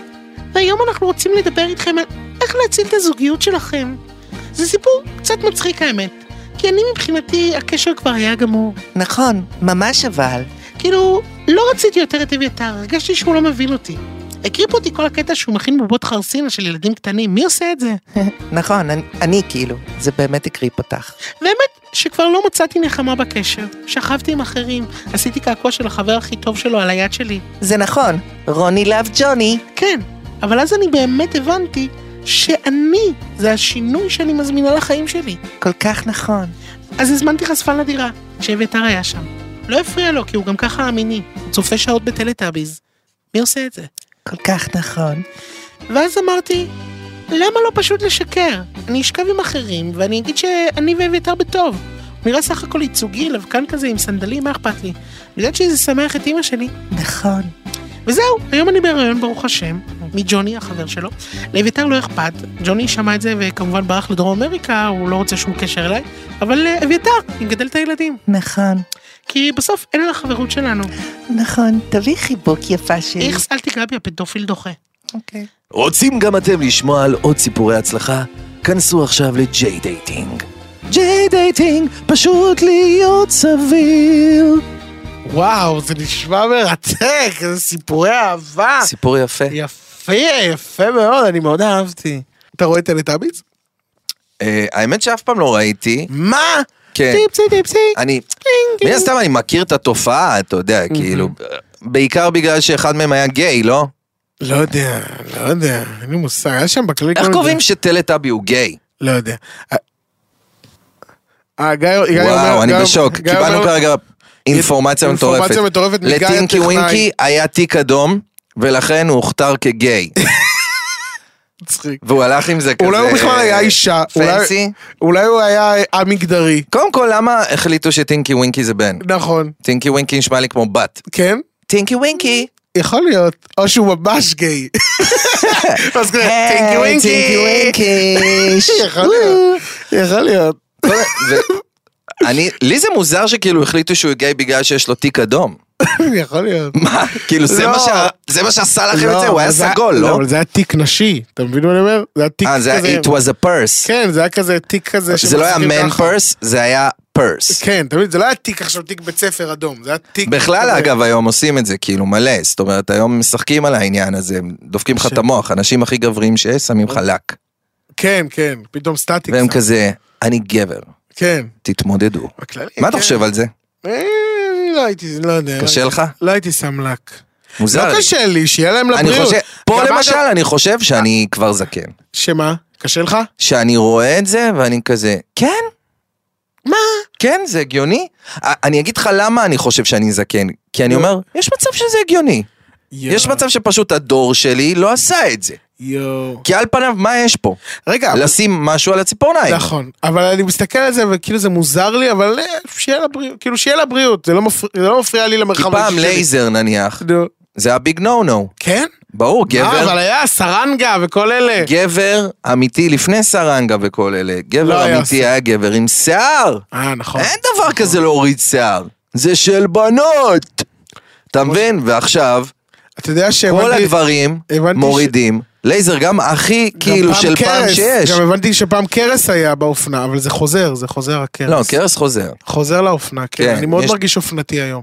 והיום אנחנו רוצים לדבר איתכם על איך להציל את הזוגיות שלכם. זה סיפור קצת מצחיק האמת, כי אני מבחינתי הקשר כבר היה גמור. נכון, ממש אבל. כאילו, לא רציתי יותר את אביתר, הרגשתי שהוא לא מבין אותי. הקריפ אותי כל הקטע שהוא מכין בובות חרסינה של ילדים קטנים, מי עושה את זה? נכון, אני, אני כאילו, זה באמת הקריפ אותך. והאמת שכבר לא מצאתי נחמה בקשר. שכבתי עם אחרים, עשיתי קעקוע של החבר הכי טוב שלו על היד שלי. זה נכון, רוני לאב ג'וני. כן, אבל אז אני באמת הבנתי שאני, זה השינוי שאני מזמינה לחיים שלי. כל כך נכון. אז הזמנתי חשפן לדירה, שאביתר היה שם. לא הפריע לו, כי הוא גם ככה אמיני. הוא צופה שעות בטלטאביז. מי עושה את זה? כל כך נכון. ואז אמרתי, למה לא פשוט לשקר? אני אשכב עם אחרים, ואני אגיד שאני ואביתר בטוב. הוא נראה סך הכל ייצוגי, לבקן כזה עם סנדלים, מה אכפת לי? אני יודעת שזה שמח את אימא שלי. נכון. וזהו, היום אני בהריון, ברוך השם, מג'וני, החבר שלו. לאביתר לא אכפת, ג'וני שמע את זה וכמובן ברח לדרום אמריקה, הוא לא רוצה שום קשר אליי, אבל אה, אביתר, היא מגדלת את הילדים. נכון. כי בסוף אין על החברות שלנו. נכון, תביא חיבוק יפה שלי. איכס אל תיגע בי, הפדופיל דוחה. אוקיי. רוצים גם אתם לשמוע על עוד סיפורי הצלחה? כנסו עכשיו ל-J דייטינג. J דייטינג, פשוט להיות סביר. וואו, זה נשמע מרתק, איזה סיפורי אהבה. אה. סיפור יפה. יפה, יפה מאוד, אני מאוד אהבתי. אתה רואה טלטאביז? אה, האמת שאף פעם לא ראיתי. מה? כן. טיפסי טיפסי. אני, מן הסתם אני מכיר את התופעה, אתה יודע, כאילו, בעיקר בגלל שאחד מהם היה גיי, אוקיי. לא? לא יודע, לא יודע, אין לי מושג, היה שם לא בכללי... כל איך מיני קובעים שטלטאבי הוא גיי? לא יודע. אה, גיא, גיא אומר... וואו, אני גיא- בשוק. גיא קיבלנו אומר- כרגע אינפורמציה מטורפת. אינפורמציה מטורפת מגיא לטינקי הטכנאי. ווינקי היה תיק אדום, ולכן הוא הוכתר כגיי. מצחיק. והוא הלך עם זה כזה... אולי הוא בכלל היה אישה, אולי- פנסי. אולי הוא היה א-מגדרי. קודם כל, למה החליטו שטינקי ווינקי זה בן? נכון. טינקי ווינקי נשמע לי כמו בת. כן? טינקי ווינקי. יכול להיות. או שהוא ממש גיי. אז כזה, טינקי ווינקי. טינקי ווינקי. יכול להיות. יכול להיות. ו- אני, לי זה מוזר שכאילו החליטו שהוא גיי בגלל שיש לו תיק אדום. יכול להיות. מה? כאילו זה לא. מה שה- זה מה שעשה לכם את זה? הוא היה אבל זה סגול, לא? אבל זה היה תיק נשי, אתה מבין מה אני אומר? זה היה תיק אה, זה כזה. היה it was a purse. כן, זה היה כזה תיק כזה. זה לא היה שמחזיקים man ככה. purse, זה היה purse. כן, אתה מבין? זה לא היה תיק עכשיו, תיק בית ספר אדום, זה היה תיק... בכלל כזה. אגב היום עושים את זה כאילו מלא, זאת אומרת היום משחקים על העניין הזה, דופקים לך את המוח, האנשים הכי גבריים שיש שמים לך לק, כן, כן, פתאום סטטיק. והם שם. כזה, אני גבר, כן. תתמודדו. בכללי, מה כן. אתה חושב על זה? אה, לא הייתי, לא יודע. קשה לא לך? הייתי- לא הייתי שם לק. לא מוזר לי. קשה לי, שיהיה להם אני לבריאות. חושב, פה גם למשל אגב- אני חושב שאני כבר זקן. שמה? קשה לך? שאני רואה את זה ואני כזה, כן? מה? כן, זה הגיוני? א- אני אגיד לך למה אני חושב שאני זקן. כי אני אומר, יש מצב שזה הגיוני. יש מצב שפשוט הדור שלי לא עשה את זה. יואו. כי על פניו, מה יש פה? רגע, אבל- לשים משהו על הציפורניים. נכון, אבל אני מסתכל על זה וכאילו זה מוזר לי, אבל אה, שיהיה לה בריאות, כאילו שיהיה לה בריאות, זה לא מפריע- זה לא מפריע לי כי למרחב פעם האישי שלי. לייזר נניח, נו. זה היה ביג נו נו. כן? ברור, אה, גבר, אבל היה סרנגה וכל אלה. גבר אמיתי לפני סרנגה וכל אלה. לא גבר היה עושה. אמיתי היה גבר עם שיער. אה, נכון. אין דבר כזה להוריד שיער. זה של בנות. אתה מבין? ועכשיו, אתה יודע כל שהבנתי... הגברים הבנתי ש- מורידים. לייזר גם הכי גם כאילו פעם של פעם קרס, שיש. גם הבנתי שפעם קרס היה באופנה, אבל זה חוזר, זה חוזר הקרס. לא, קרס חוזר. חוזר לאופנה, כן. כן, אני מאוד יש- מרגיש אופנתי היום.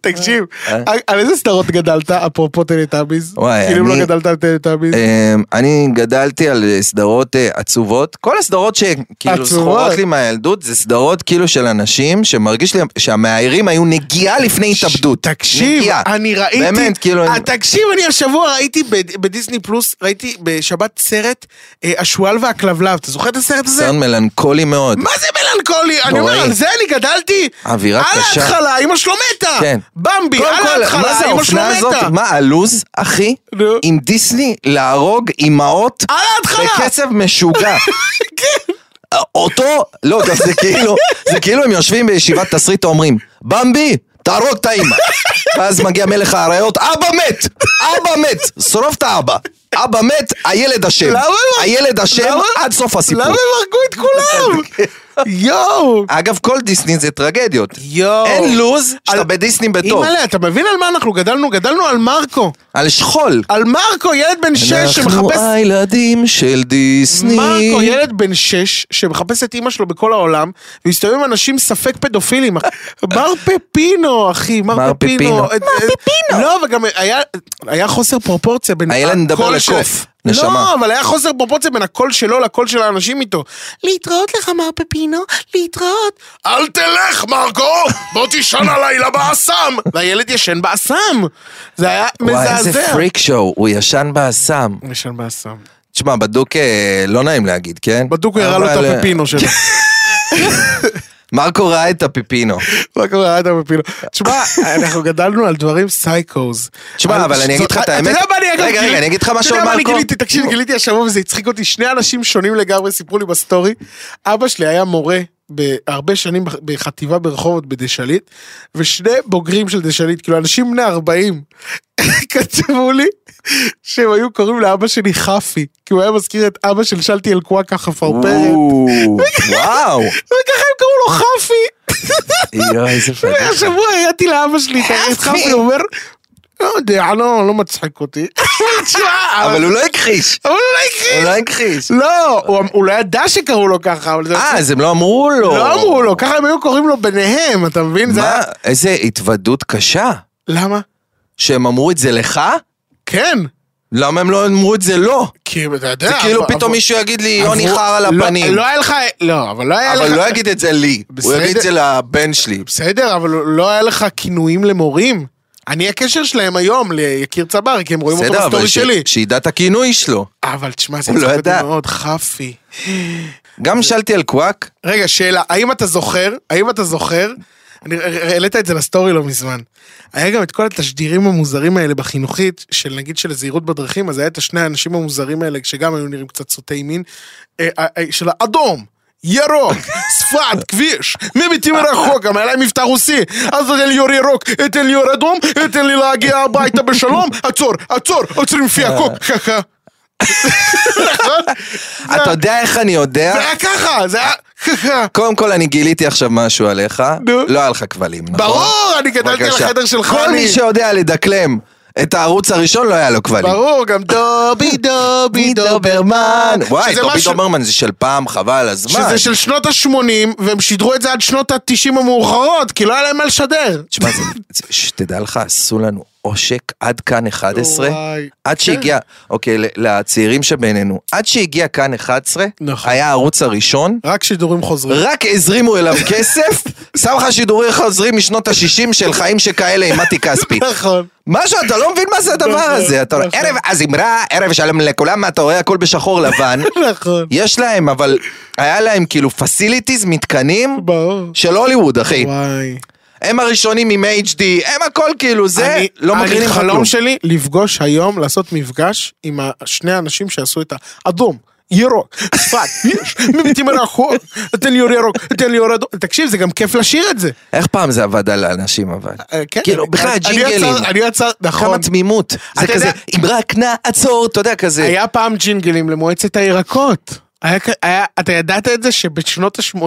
תקשיב, על איזה סדרות גדלת, אפרופו טלטאביז? אה? וואי, כאילו אם אני- לא גדלת על טלטאביז? אמ, אני גדלתי על אה, סדרות אה, עצובות, כל הסדרות שכאילו עצובות. זכורות לי מהילדות זה סדרות כאילו של אנשים שמרגיש לי שהמאיירים היו נגיעה לפני התאבדות. תקשיב, נגיעה. אני ראיתי, באמת, כאילו, אה, אני- תקשיב, אני השבוע ראיתי בד- בדיסני פלוס, ראיתי בשבת סרט אה, השועל והכלבלב, אתה זוכר את הסרט הזה? סרט מלנכולי מאוד. מה זה מלנכולי? אני אומר, נוראי. על זה אני גדלתי. אווירה קשה. על ההתחלה, אמא שלו מתה. כן. במבי, קודם על כל, מה זה ההתחלה, אמא שלו האופנה הזאת? מתה. מה הלוז, אחי? נו. עם דיסני להרוג אימהות על ההתחלה. כן. בקצב משוגע. אותו, לא, גם זה כאילו, זה כאילו הם יושבים בישיבת תסריט אומרים, במבי, תהרוג את האימא. ואז מגיע מלך האריות, אבא מת, אבא מת, שרוף את האבא. אבא מת, הילד אשם. למה לא? הילד אשם למה? עד סוף למה לא? הסיפור. הם הרגו את כולם? יואו. אגב, כל דיסני זה טרגדיות. יואו. אין לוז, על- שאתה בדיסני בטוב. אימא'לה, אתה מבין על מה אנחנו גדלנו? גדלנו על מרקו. על שכול. על מרקו, ילד בן שש אנחנו שמחפש... הילדים של דיסני. מרקו, ילד בן שש, שמחפש את אימא שלו בכל העולם, והסתובב עם אנשים ספק פדופילים. מר פפינו, אחי, מר מר פפינו. פפינו. מר פפינו! לא, וגם היה- היה חוסר פרופורציה בין הילד מדבר הקול של- לקוף, לא, נשמה. אבל היה חוסר פרופורציה בין הקול שלו לקול של האנשים איתו. להתראות לך, מר פפינו, להתראות. אל תלך, מרקו! בוא תישן הלילה באסם! והילד ישן באסם! זה היה וואי, איזה מזעזע. פריק שואו, הוא ישן באסם. הוא ישן באסם. תשמע, בדוק אה, לא נעים להגיד, כן? בדוק הוא הראה לו את אבל, אה, הפפינו שלו. מרקו ראה את הפיפינו. מה קורה אדם ופינו? תשמע, אנחנו גדלנו על דברים סייקוז. תשמע, על- אבל אני אגיד לך את אתה האמת- יודע מה אני אגב רגע, רגע, אני אגיד לך משהו אתה יודע על מה אני מרקו? גיליתי? תקשיב, גיליתי השבוע וזה הצחיק אותי, שני אנשים שונים לגמרי סיפרו לי בסטורי. אבא שלי היה מורה. בהרבה שנים בח- בחטיבה ברחובות בדשאלית, ושני בוגרים של דשאלית, כאילו אנשים בני 40, כתבו לי שהם היו קוראים לאבא שלי חפי, כי הוא היה מזכיר את אבא של שלטי אלקוואקה חפרפרת, וואו, וואו. וככה הם קראו לו חפי. יואי, איזה לא, פדיחה. השבוע הראיתי לאבא שלי את חפי, הוא אומר, לא יודע, לא, לא מצחיק אותי. תשמע, אבל הוא לא הכחיש. אבל הוא לא הקריא. הוא לא הכחיש. לא, הוא- הוא לא ידע שקראו לו ככה, אבל זה... אה, אז הם לא אמרו לו. לא אמרו לו, ככה הם היו קוראים לו ביניהם, אתה מבין? זה מה? היה- איזה התוודות קשה. למה? שהם אמרו את זה לך? כן. למה הם לא אמרו את זה לו? כי אתה יודע... זה כאילו אה, אבל- פתאום אבל- מישהו יגיד לי, אבל- יוני חר על לא, הפנים. לא היה לך... לא, אבל לא היה לך... אבל לא יגיד את זה לי. הוא בסדר. יגיד את זה לבן שלי. בסדר, אבל לא היה לך כינויים למורים. אני הקשר שלהם היום ליקיר צבר, כי הם רואים אותו בסדר, אבל בסטורי ש- שלי. שידע את הכינוי שלו. אבל תשמע, זה הוא לא הצחיק אותי ידע. מאוד, חפי. גם שאלתי על קוואק, רגע, שאלה, האם אתה זוכר, האם אתה זוכר, אני אה, העלית את זה לסטורי לא מזמן, היה גם את כל התשדירים המוזרים האלה בחינוכית, של נגיד של זהירות בדרכים, אז היה את השני האנשים המוזרים האלה, שגם היו נראים קצת סוטי מין, אה, אה, אה, של האדום. ירוק, שפת, כביש, מביטים רחוק, גם היה להם מבטא רוסי. אז תן לי יור ירוק, תן לי יור אדום, תן לי להגיע הביתה בשלום, עצור, עצור, עוצרים לפי הקוק, ככה. נכון? אתה יודע איך אני יודע? זה היה ככה, זה היה ככה. קודם כל אני גיליתי עכשיו משהו עליך, נו. לא היה לך כבלים, נכון? ברור, אני גדלתי על בבקשה. החדר שלך. כל אני- מי שיודע לדקלם את הערוץ הראשון, לא היה לו כבלים. ברור, גם דובי דובי דוברמן. וואי, שזה דובי משהו- דוברמן זה של פעם, חבל הזמן. שזה של שנות ה-80, והם שידרו את זה עד שנות ה-90 המאוחרות, כי לא היה להם מה לשדר. תשמע, זה- זה- שתדע לך, עשו לנו עושק עד כאן 11, וואי. כן. עד שהגיע, אוקיי, ל- לצעירים שבינינו, עד שהגיע כאן 11, נכון. היה הערוץ הראשון, רק שידורים חוזרים. רק הזרימו אליו כסף, שם לך שידורי חוזרים משנות ה-60 של חיים שכאלה עם מתי כספי. נכון. משהו, אתה לא מבין מה זה הדבר נכון, הזה, אתה נכון. ערב הזמרה, ערב שלום לכולם, אתה רואה הכל בשחור לבן. נכון. יש להם, אבל היה להם כאילו פסיליטיז, מתקנים, ברור. של הוליווד, אחי. וואי. הם הראשונים עם HD, הם הכל כאילו זה, אני- לא אני, מקרינים לך כלום. חלום שלי לפגוש היום, לעשות מפגש עם ה- שני האנשים שעשו את האדום. ירוק, צפת, יש, מביטים על החור, תן לי אור ירוק, תן לי אור אדום, תקשיב זה גם כיף לשיר את זה. איך פעם זה עבד על האנשים אבל? אה, כן. כאילו, בכלל, אני- אני הג'ינגלים. יצר- אני יצר, נכון. כמה תמימות. זה אתה כזה, יודע- אם רק נעצור, אתה יודע, כזה. היה פעם ג'ינגלים למועצת הירקות. היה, כ- היה, אתה ידעת את זה שבשנות ה-80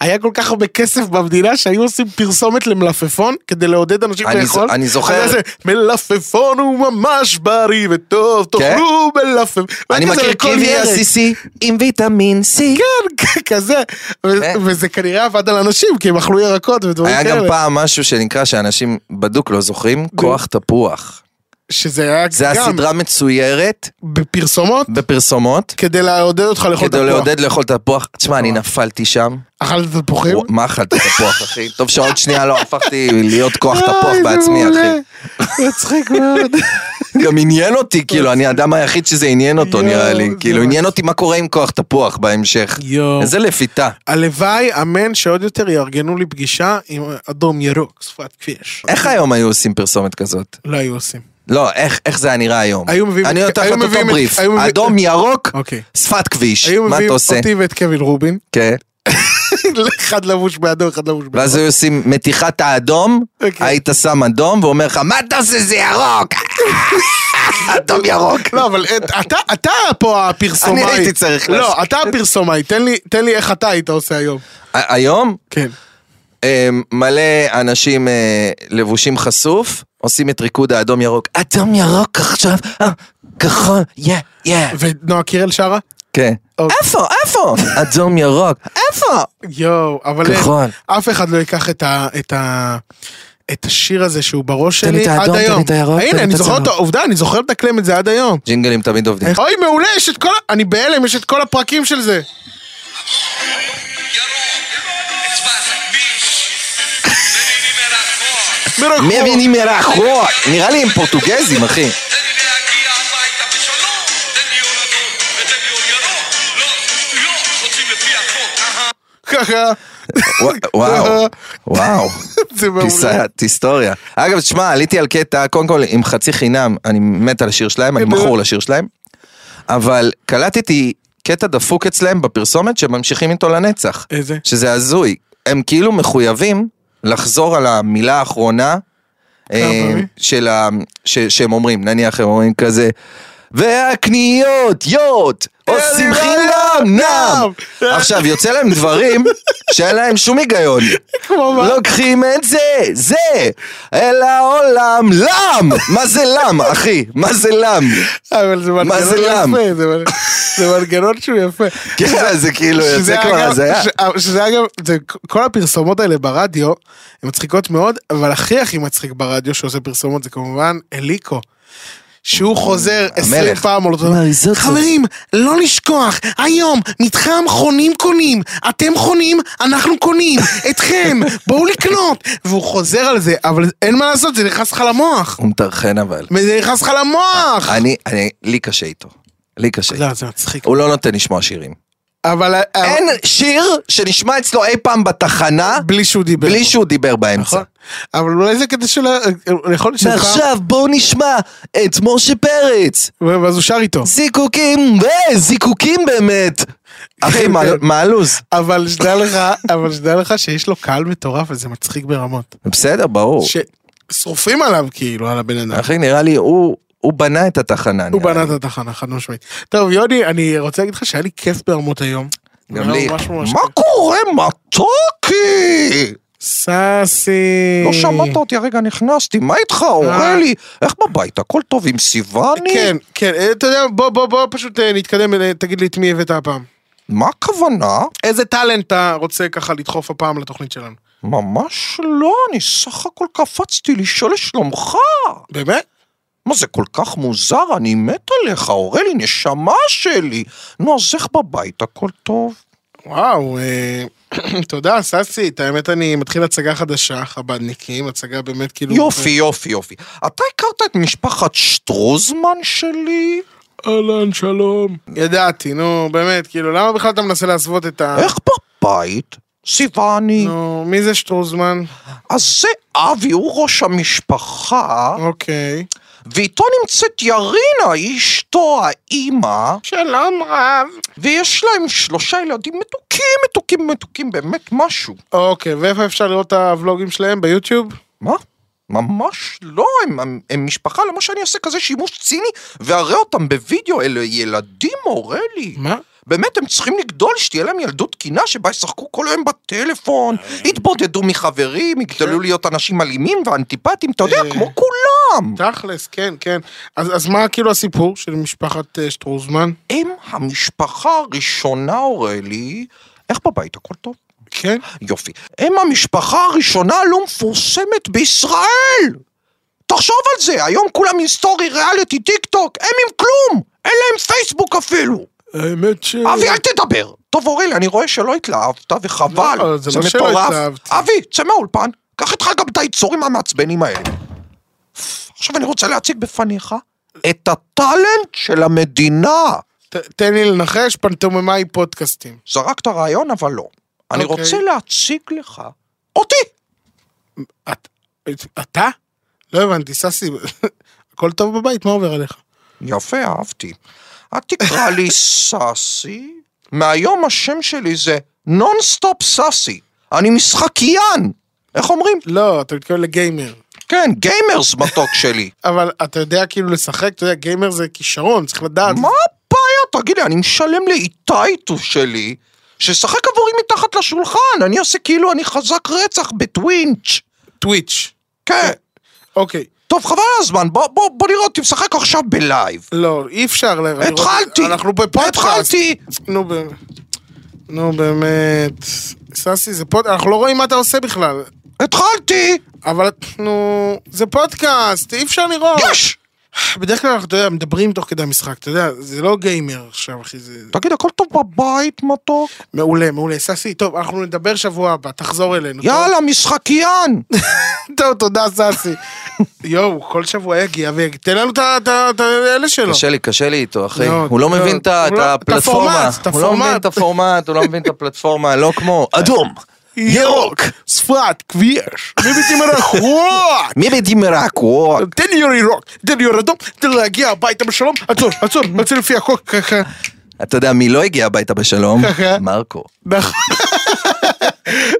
היה כל כך הרבה כסף במדינה שהיו עושים פרסומת למלפפון כדי לעודד אנשים אני לאכול. ז- אני זוכר- אז היה זה, מלפפון הוא ממש בריא וטוב, תאכלו מלפפון. כן? אני והיה כזה מכיר לכל קיבי ילד. עסיסי עם ויטמין C. כן, כ- כזה. ו- כן. וזה כנראה עבד על אנשים כי הם אכלו ירקות ודברים היה כאלה. גם פעם משהו שנקרא שאנשים בדוק לא זוכרים, כוח תפוח. שזה היה זה גם הסדרה מצוירת בפרסומות בפרסומות, כדי לעודד אותך לאכול נכון. כדי לעודד לאכול תפוח. תשמע, אני נפלתי שם. אכלת תפוחים? וואו, מה אכלתי תפוח, אחי? טוב שעוד שנייה לא הפכתי להיות כוח תפוח אוי, זה בעצמי, אחי. מעולה. מצחיק מאוד. גם עניין אותי, כאילו, אני האדם היחיד שזה עניין אותו, יואו, נראה לי. זה כאילו, ממש- עניין אותי מה קורה עם כוח תפוח בהמשך. יואו. איזה לפיתה. הלוואי, אמן, שעוד יותר יארגנו לי פגישה עם אדום ירוק, שפת כביש. איך היום היו עושים פרסומת כזאת? לא היו עושים. לא, איך איך זה היה נראה היום? היו מביאים- אני נותן לך היו את אותו מביאים את- בריף. היו מביאים- אדום, ירוק, אוקיי. שפת כביש. היו מה מביאים אתה עושה? אותי ואת קווין רובין, כן. אחד לבוש באדום, אחד לבוש באדום. ואז היו עושים מתיחת האדום, אוקיי. היית שם אדום, ואומר לך, מה אתה עושה? זה ירוק! אדום ירוק. לא, אבל את- אתה, אתה פה הפרסומאי. אני הייתי צריך לא, לעשות. אתה הפרסומאי, תן לי- תן לי איך אתה היית עושה היום. ה- היום, כן. אה, מלא אנשים אה, לבושים חשוף, עושים את ריקוד האדום ירוק. אדום ירוק עכשיו, אה, כחול, יא, יא. ונועה קירל שרה? כן. אוקיי. איפה? איפה? אדום ירוק. איפה? יואו, אבל אין, כחול. אף אחד לא ייקח את ה... את ה... את השיר הזה שהוא בראש תן לי שלי את האדום, עד תן לי היום. את הירוק, תן לי הנה, את אני זוכר הצהוב. אותו, עובדה, אני זוכר לדקלם את זה עד היום. ג'ינגלים תמיד עובדים. אוי, מעולה, יש את כל... ה- אני בהלם, יש את כל הפרקים של זה. מרחוק. מבינים מרחוק. נראה לי הם פורטוגזים, אחי. ככה. ו- וואו. וואו. זה מעולה. פיסת היסטוריה. אגב, תשמע, עליתי על קטע, קודם כל, עם חצי חינם, אני מת על השיר שלהם, אני מכור לשיר שלהם, אבל קלטתי קטע דפוק אצלהם בפרסומת שממשיכים איתו לנצח. איזה? שזה הזוי. הם כאילו מחויבים לחזור על המילה האחרונה אה, פעמים? של ה... ש... שהם אומרים, נניח הם אומרים כזה, והקניות, יוט, עושים חינם, נם. עכשיו, יוצא להם דברים שאין להם שום היגיון. כמו מה? לוקחים את זה, זה, אל העולם, לם! מה זה לם, אחי? מה זה לם? אבל זה מנגנון זה למה? יפה, זה מנ- זה מנגנון שהוא יפה. כן, זה כאילו שזה יוצא כבר אגב- הזיה. ש- אה, שזה אגב, זה- כל הפרסומות האלה ברדיו, הן מצחיקות מאוד, אבל הכי הכי מצחיק ברדיו שעושה פרסומות זה כמובן אליקו. שהוא חוזר 20 פעם על אותו... חברים, לא לשכוח, היום מתחם חונים קונים, אתם חונים, אנחנו קונים, אתכם, בואו לקנות. והוא חוזר על זה, אבל אין מה לעשות, זה נכנס לך למוח. הוא מטרחן אבל. זה נכנס לך למוח! אני, אני, לי קשה איתו. לי קשה איתו. לא, זה מצחיק. הוא לא נותן לשמוע אה, שירים. אוקיי. אבל... אין שיר שנשמע אצלו אי פעם בתחנה, בלי שהוא דיבר. בלי שהוא דיבר באמצע. נכון. אבל אולי זה כדי של... אה, יכול להיות שפעם... ועכשיו בואו נשמע את משה פרץ. ואז הוא שר איתו. זיקוקים, אה, זיקוקים באמת. אחי, כן, מה- מה הלו"ז? אבל שדע לך, אבל שדע לך שיש לו קהל מטורף וזה מצחיק ברמות. בסדר, ברור. ששרופים עליו כאילו, על הבן אדם. אחי, נראה לי הוא... הוא בנה את התחנה, הוא נראה בנה לי. את התחנה, חד משמעית. טוב, יוני, אני רוצה להגיד לך שהיה לי כיף ברמות היום. גם לי. היה ממש ממש מה כיף. קורה, מתוקי? ססי. לא שמעת אותי הרגע נכנסתי, מה איתך, אורלי? איך בבית, הכל טוב עם סיווני? אה. כן, כן, אה, אתה יודע, בוא, בוא, בוא פשוט אה, נתקדם, אה, תגיד לי את מי הבאת הפעם. מה הכוונה? איזה טאלנט אתה רוצה ככה לדחוף הפעם לתוכנית שלנו? ממש לא, אני סך הכל קפצתי לשאול לשלומך. באמת? מה זה כל כך מוזר, אני מת עליך, אורלי, נשמה שלי. נו, אז איך בבית, הכל טוב? וואו, אה, תודה, ססי. את האמת, אני מתחיל הצגה חדשה, חב"דניקים, הצגה באמת כאילו... יופי, יופי, יופי. אתה הכרת את משפחת שטרוזמן שלי? אהלן, שלום. ידעתי, נו, באמת, כאילו, למה בכלל אתה מנסה להסוות את ה... איך בבית? סיוני. נו, מי זה שטרוזמן? אז זה אבי, הוא ראש המשפחה, אוקיי. ואיתו נמצאת ירינה, אשתו, האימא, שלום רב. ויש להם שלושה ילדים מתוקים, מתוקים, מתוקים, באמת משהו. אוקיי, ואיפה אפשר לראות את הוולוגים שלהם? ביוטיוב? מה? ממש לא, הם, הם, הם משפחה, למה שאני אעשה כזה שימוש ציני ואראה אותם בווידאו, אלה ילדים, אורלי. מה? באמת, הם צריכים לגדול, שתהיה להם ילדות תקינה שבה ישחקו כל היום בטלפון, אה. יתבודדו מחברים, יגדלו להיות אנשים אלימים ואנטיפטיים, אתה יודע, כן. אה. כמו כולם. תכלס, כן, כן. אז, אז מה כאילו הסיפור של משפחת אה, שטרוזמן? הם המשפחה הראשונה, אורלי. איך בבית, הכל טוב? כן. יופי. הם המשפחה הראשונה הלא מפורסמת בישראל! תחשוב על זה, היום כולם עם סטורי, ריאליטי, טיק טוק, הם עם כלום! אין להם פייסבוק אפילו! האמת ש... אבי, אל תדבר! טוב, אוריל, אני רואה שלא התלהבת, וחבל, לא, זה זה לא שלא מטורף. התלהבתי. אבי, צא מהאולפן, קח איתך גם את היצורים המעצבנים האלה. עכשיו אני רוצה להציג בפניך את הטאלנט של המדינה. ת, תן לי לנחש, פנטוממאי פודקאסטים. זרקת רעיון, אבל לא. אני אוקיי. רוצה להציג לך אותי! את, את, אתה? לא הבנתי, ססי, הכל טוב בבית, מה עובר עליך? יפה, אהבתי. את תקרא לי סאסי, מהיום השם שלי זה נונסטופ סאסי. אני משחקיין! איך אומרים? לא, אתה מתכוון לגיימר. כן, גיימרס מתוק שלי. אבל אתה יודע כאילו לשחק, אתה יודע, גיימר זה כישרון, צריך לדעת. מה הבעיה? תגיד לי, אני משלם לאיטייטו שלי, ששחק עבורי מתחת לשולחן, אני עושה כאילו אני חזק רצח בטווינץ'. טוויץ'. כן. אוקיי, טוב, חבל על הזמן, בוא, בוא, בוא נראות, תשחק עכשיו בלייב. לא, אי אפשר לראות. התחלתי! אנחנו בפודקאסט. התחלתי! נו באמת. נו באמת. ססי, זה פוד... אנחנו לא רואים מה אתה עושה בכלל. התחלתי! אבל נו... זה פודקאסט, אי אפשר לראות. יש! בדרך כלל אנחנו, אתה יודע, מדברים תוך כדי המשחק, אתה יודע, זה לא גיימר עכשיו, אחי, זה... תגיד, הכל טוב בבית, מתוק? מעולה, מעולה. ססי, טוב, אנחנו נדבר שבוע הבא, תחזור אלינו. טוב? יאללה, משחקיין! טוב, תודה, ססי. יואו, כל שבוע יגיע ותן לנו את ה- את ה- את האלה שלו. קשה לי, קשה לי איתו, אחי. מאוד, הוא לא מאוד. מבין את הוא ה- את לא- את הפלטפורמה. הפורמט, את הוא לא מבין את הפורמט, הוא לא מבין את הפלטפורמה, לא כמו... אדום! ירוק, צפת, כביש. מי מתאים הרחוב? מי בדימרק? וואו. תן לי יורי רוק, תן לי יורי אדום, תן לי להגיע הביתה בשלום, עצור, עצור, עצור לפי החוק, כן, ככה, אתה יודע מי לא הגיע הביתה בשלום? ככה. מרקו. נכון.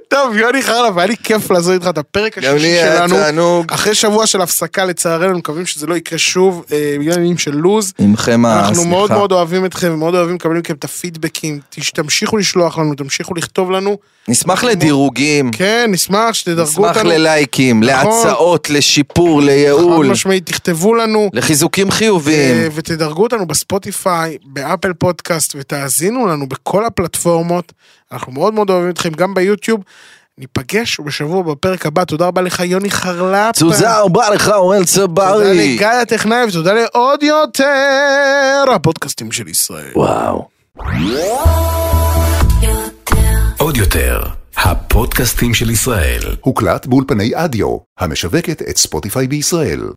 טוב, יוני חרלב, היה לי כיף לעזור איתך את הפרק גם לי השישי היה שלנו. תענוג. אחרי שבוע של הפסקה, לצערנו, מקווים שזה לא יקרה שוב, אה, בגלל עניינים של לוז. עמכם הסליחה. אנחנו מאוד מאוד אוהבים אתכם, מאוד אוהבים לקבל מכם את הפידבקים. תש- תמשיכו לשלוח לנו, תמשיכו לכתוב לנו. נשמח לדירוגים. כן, נשמח שתדרגו נשמח אותנו. ללייקים, נכון. להצעות, לשיפור, חד לייעול, משמעית, תכתבו לנו. לחיזוקים חיוביים. אה, ותדרגו אותנו בספוטיפיי, באפל פודקאסט, ותאזינו לנו בכל הפלטפורמות. אנחנו מאוד מאוד אוהבים אתכם גם ביוטיוב. ניפגש בשבוע בפרק הבא. תודה רבה לך, יוני חרלפ. תודה רבה לך, אורל אה. תודה צברי. לגיא הטכנאי ותודה לעוד יותר הפודקאסטים של ישראל. וואו. עוד יותר, הפודקאסטים של ישראל. הוקלט באולפני אדיו, המשווקת את ספוטיפיי בישראל.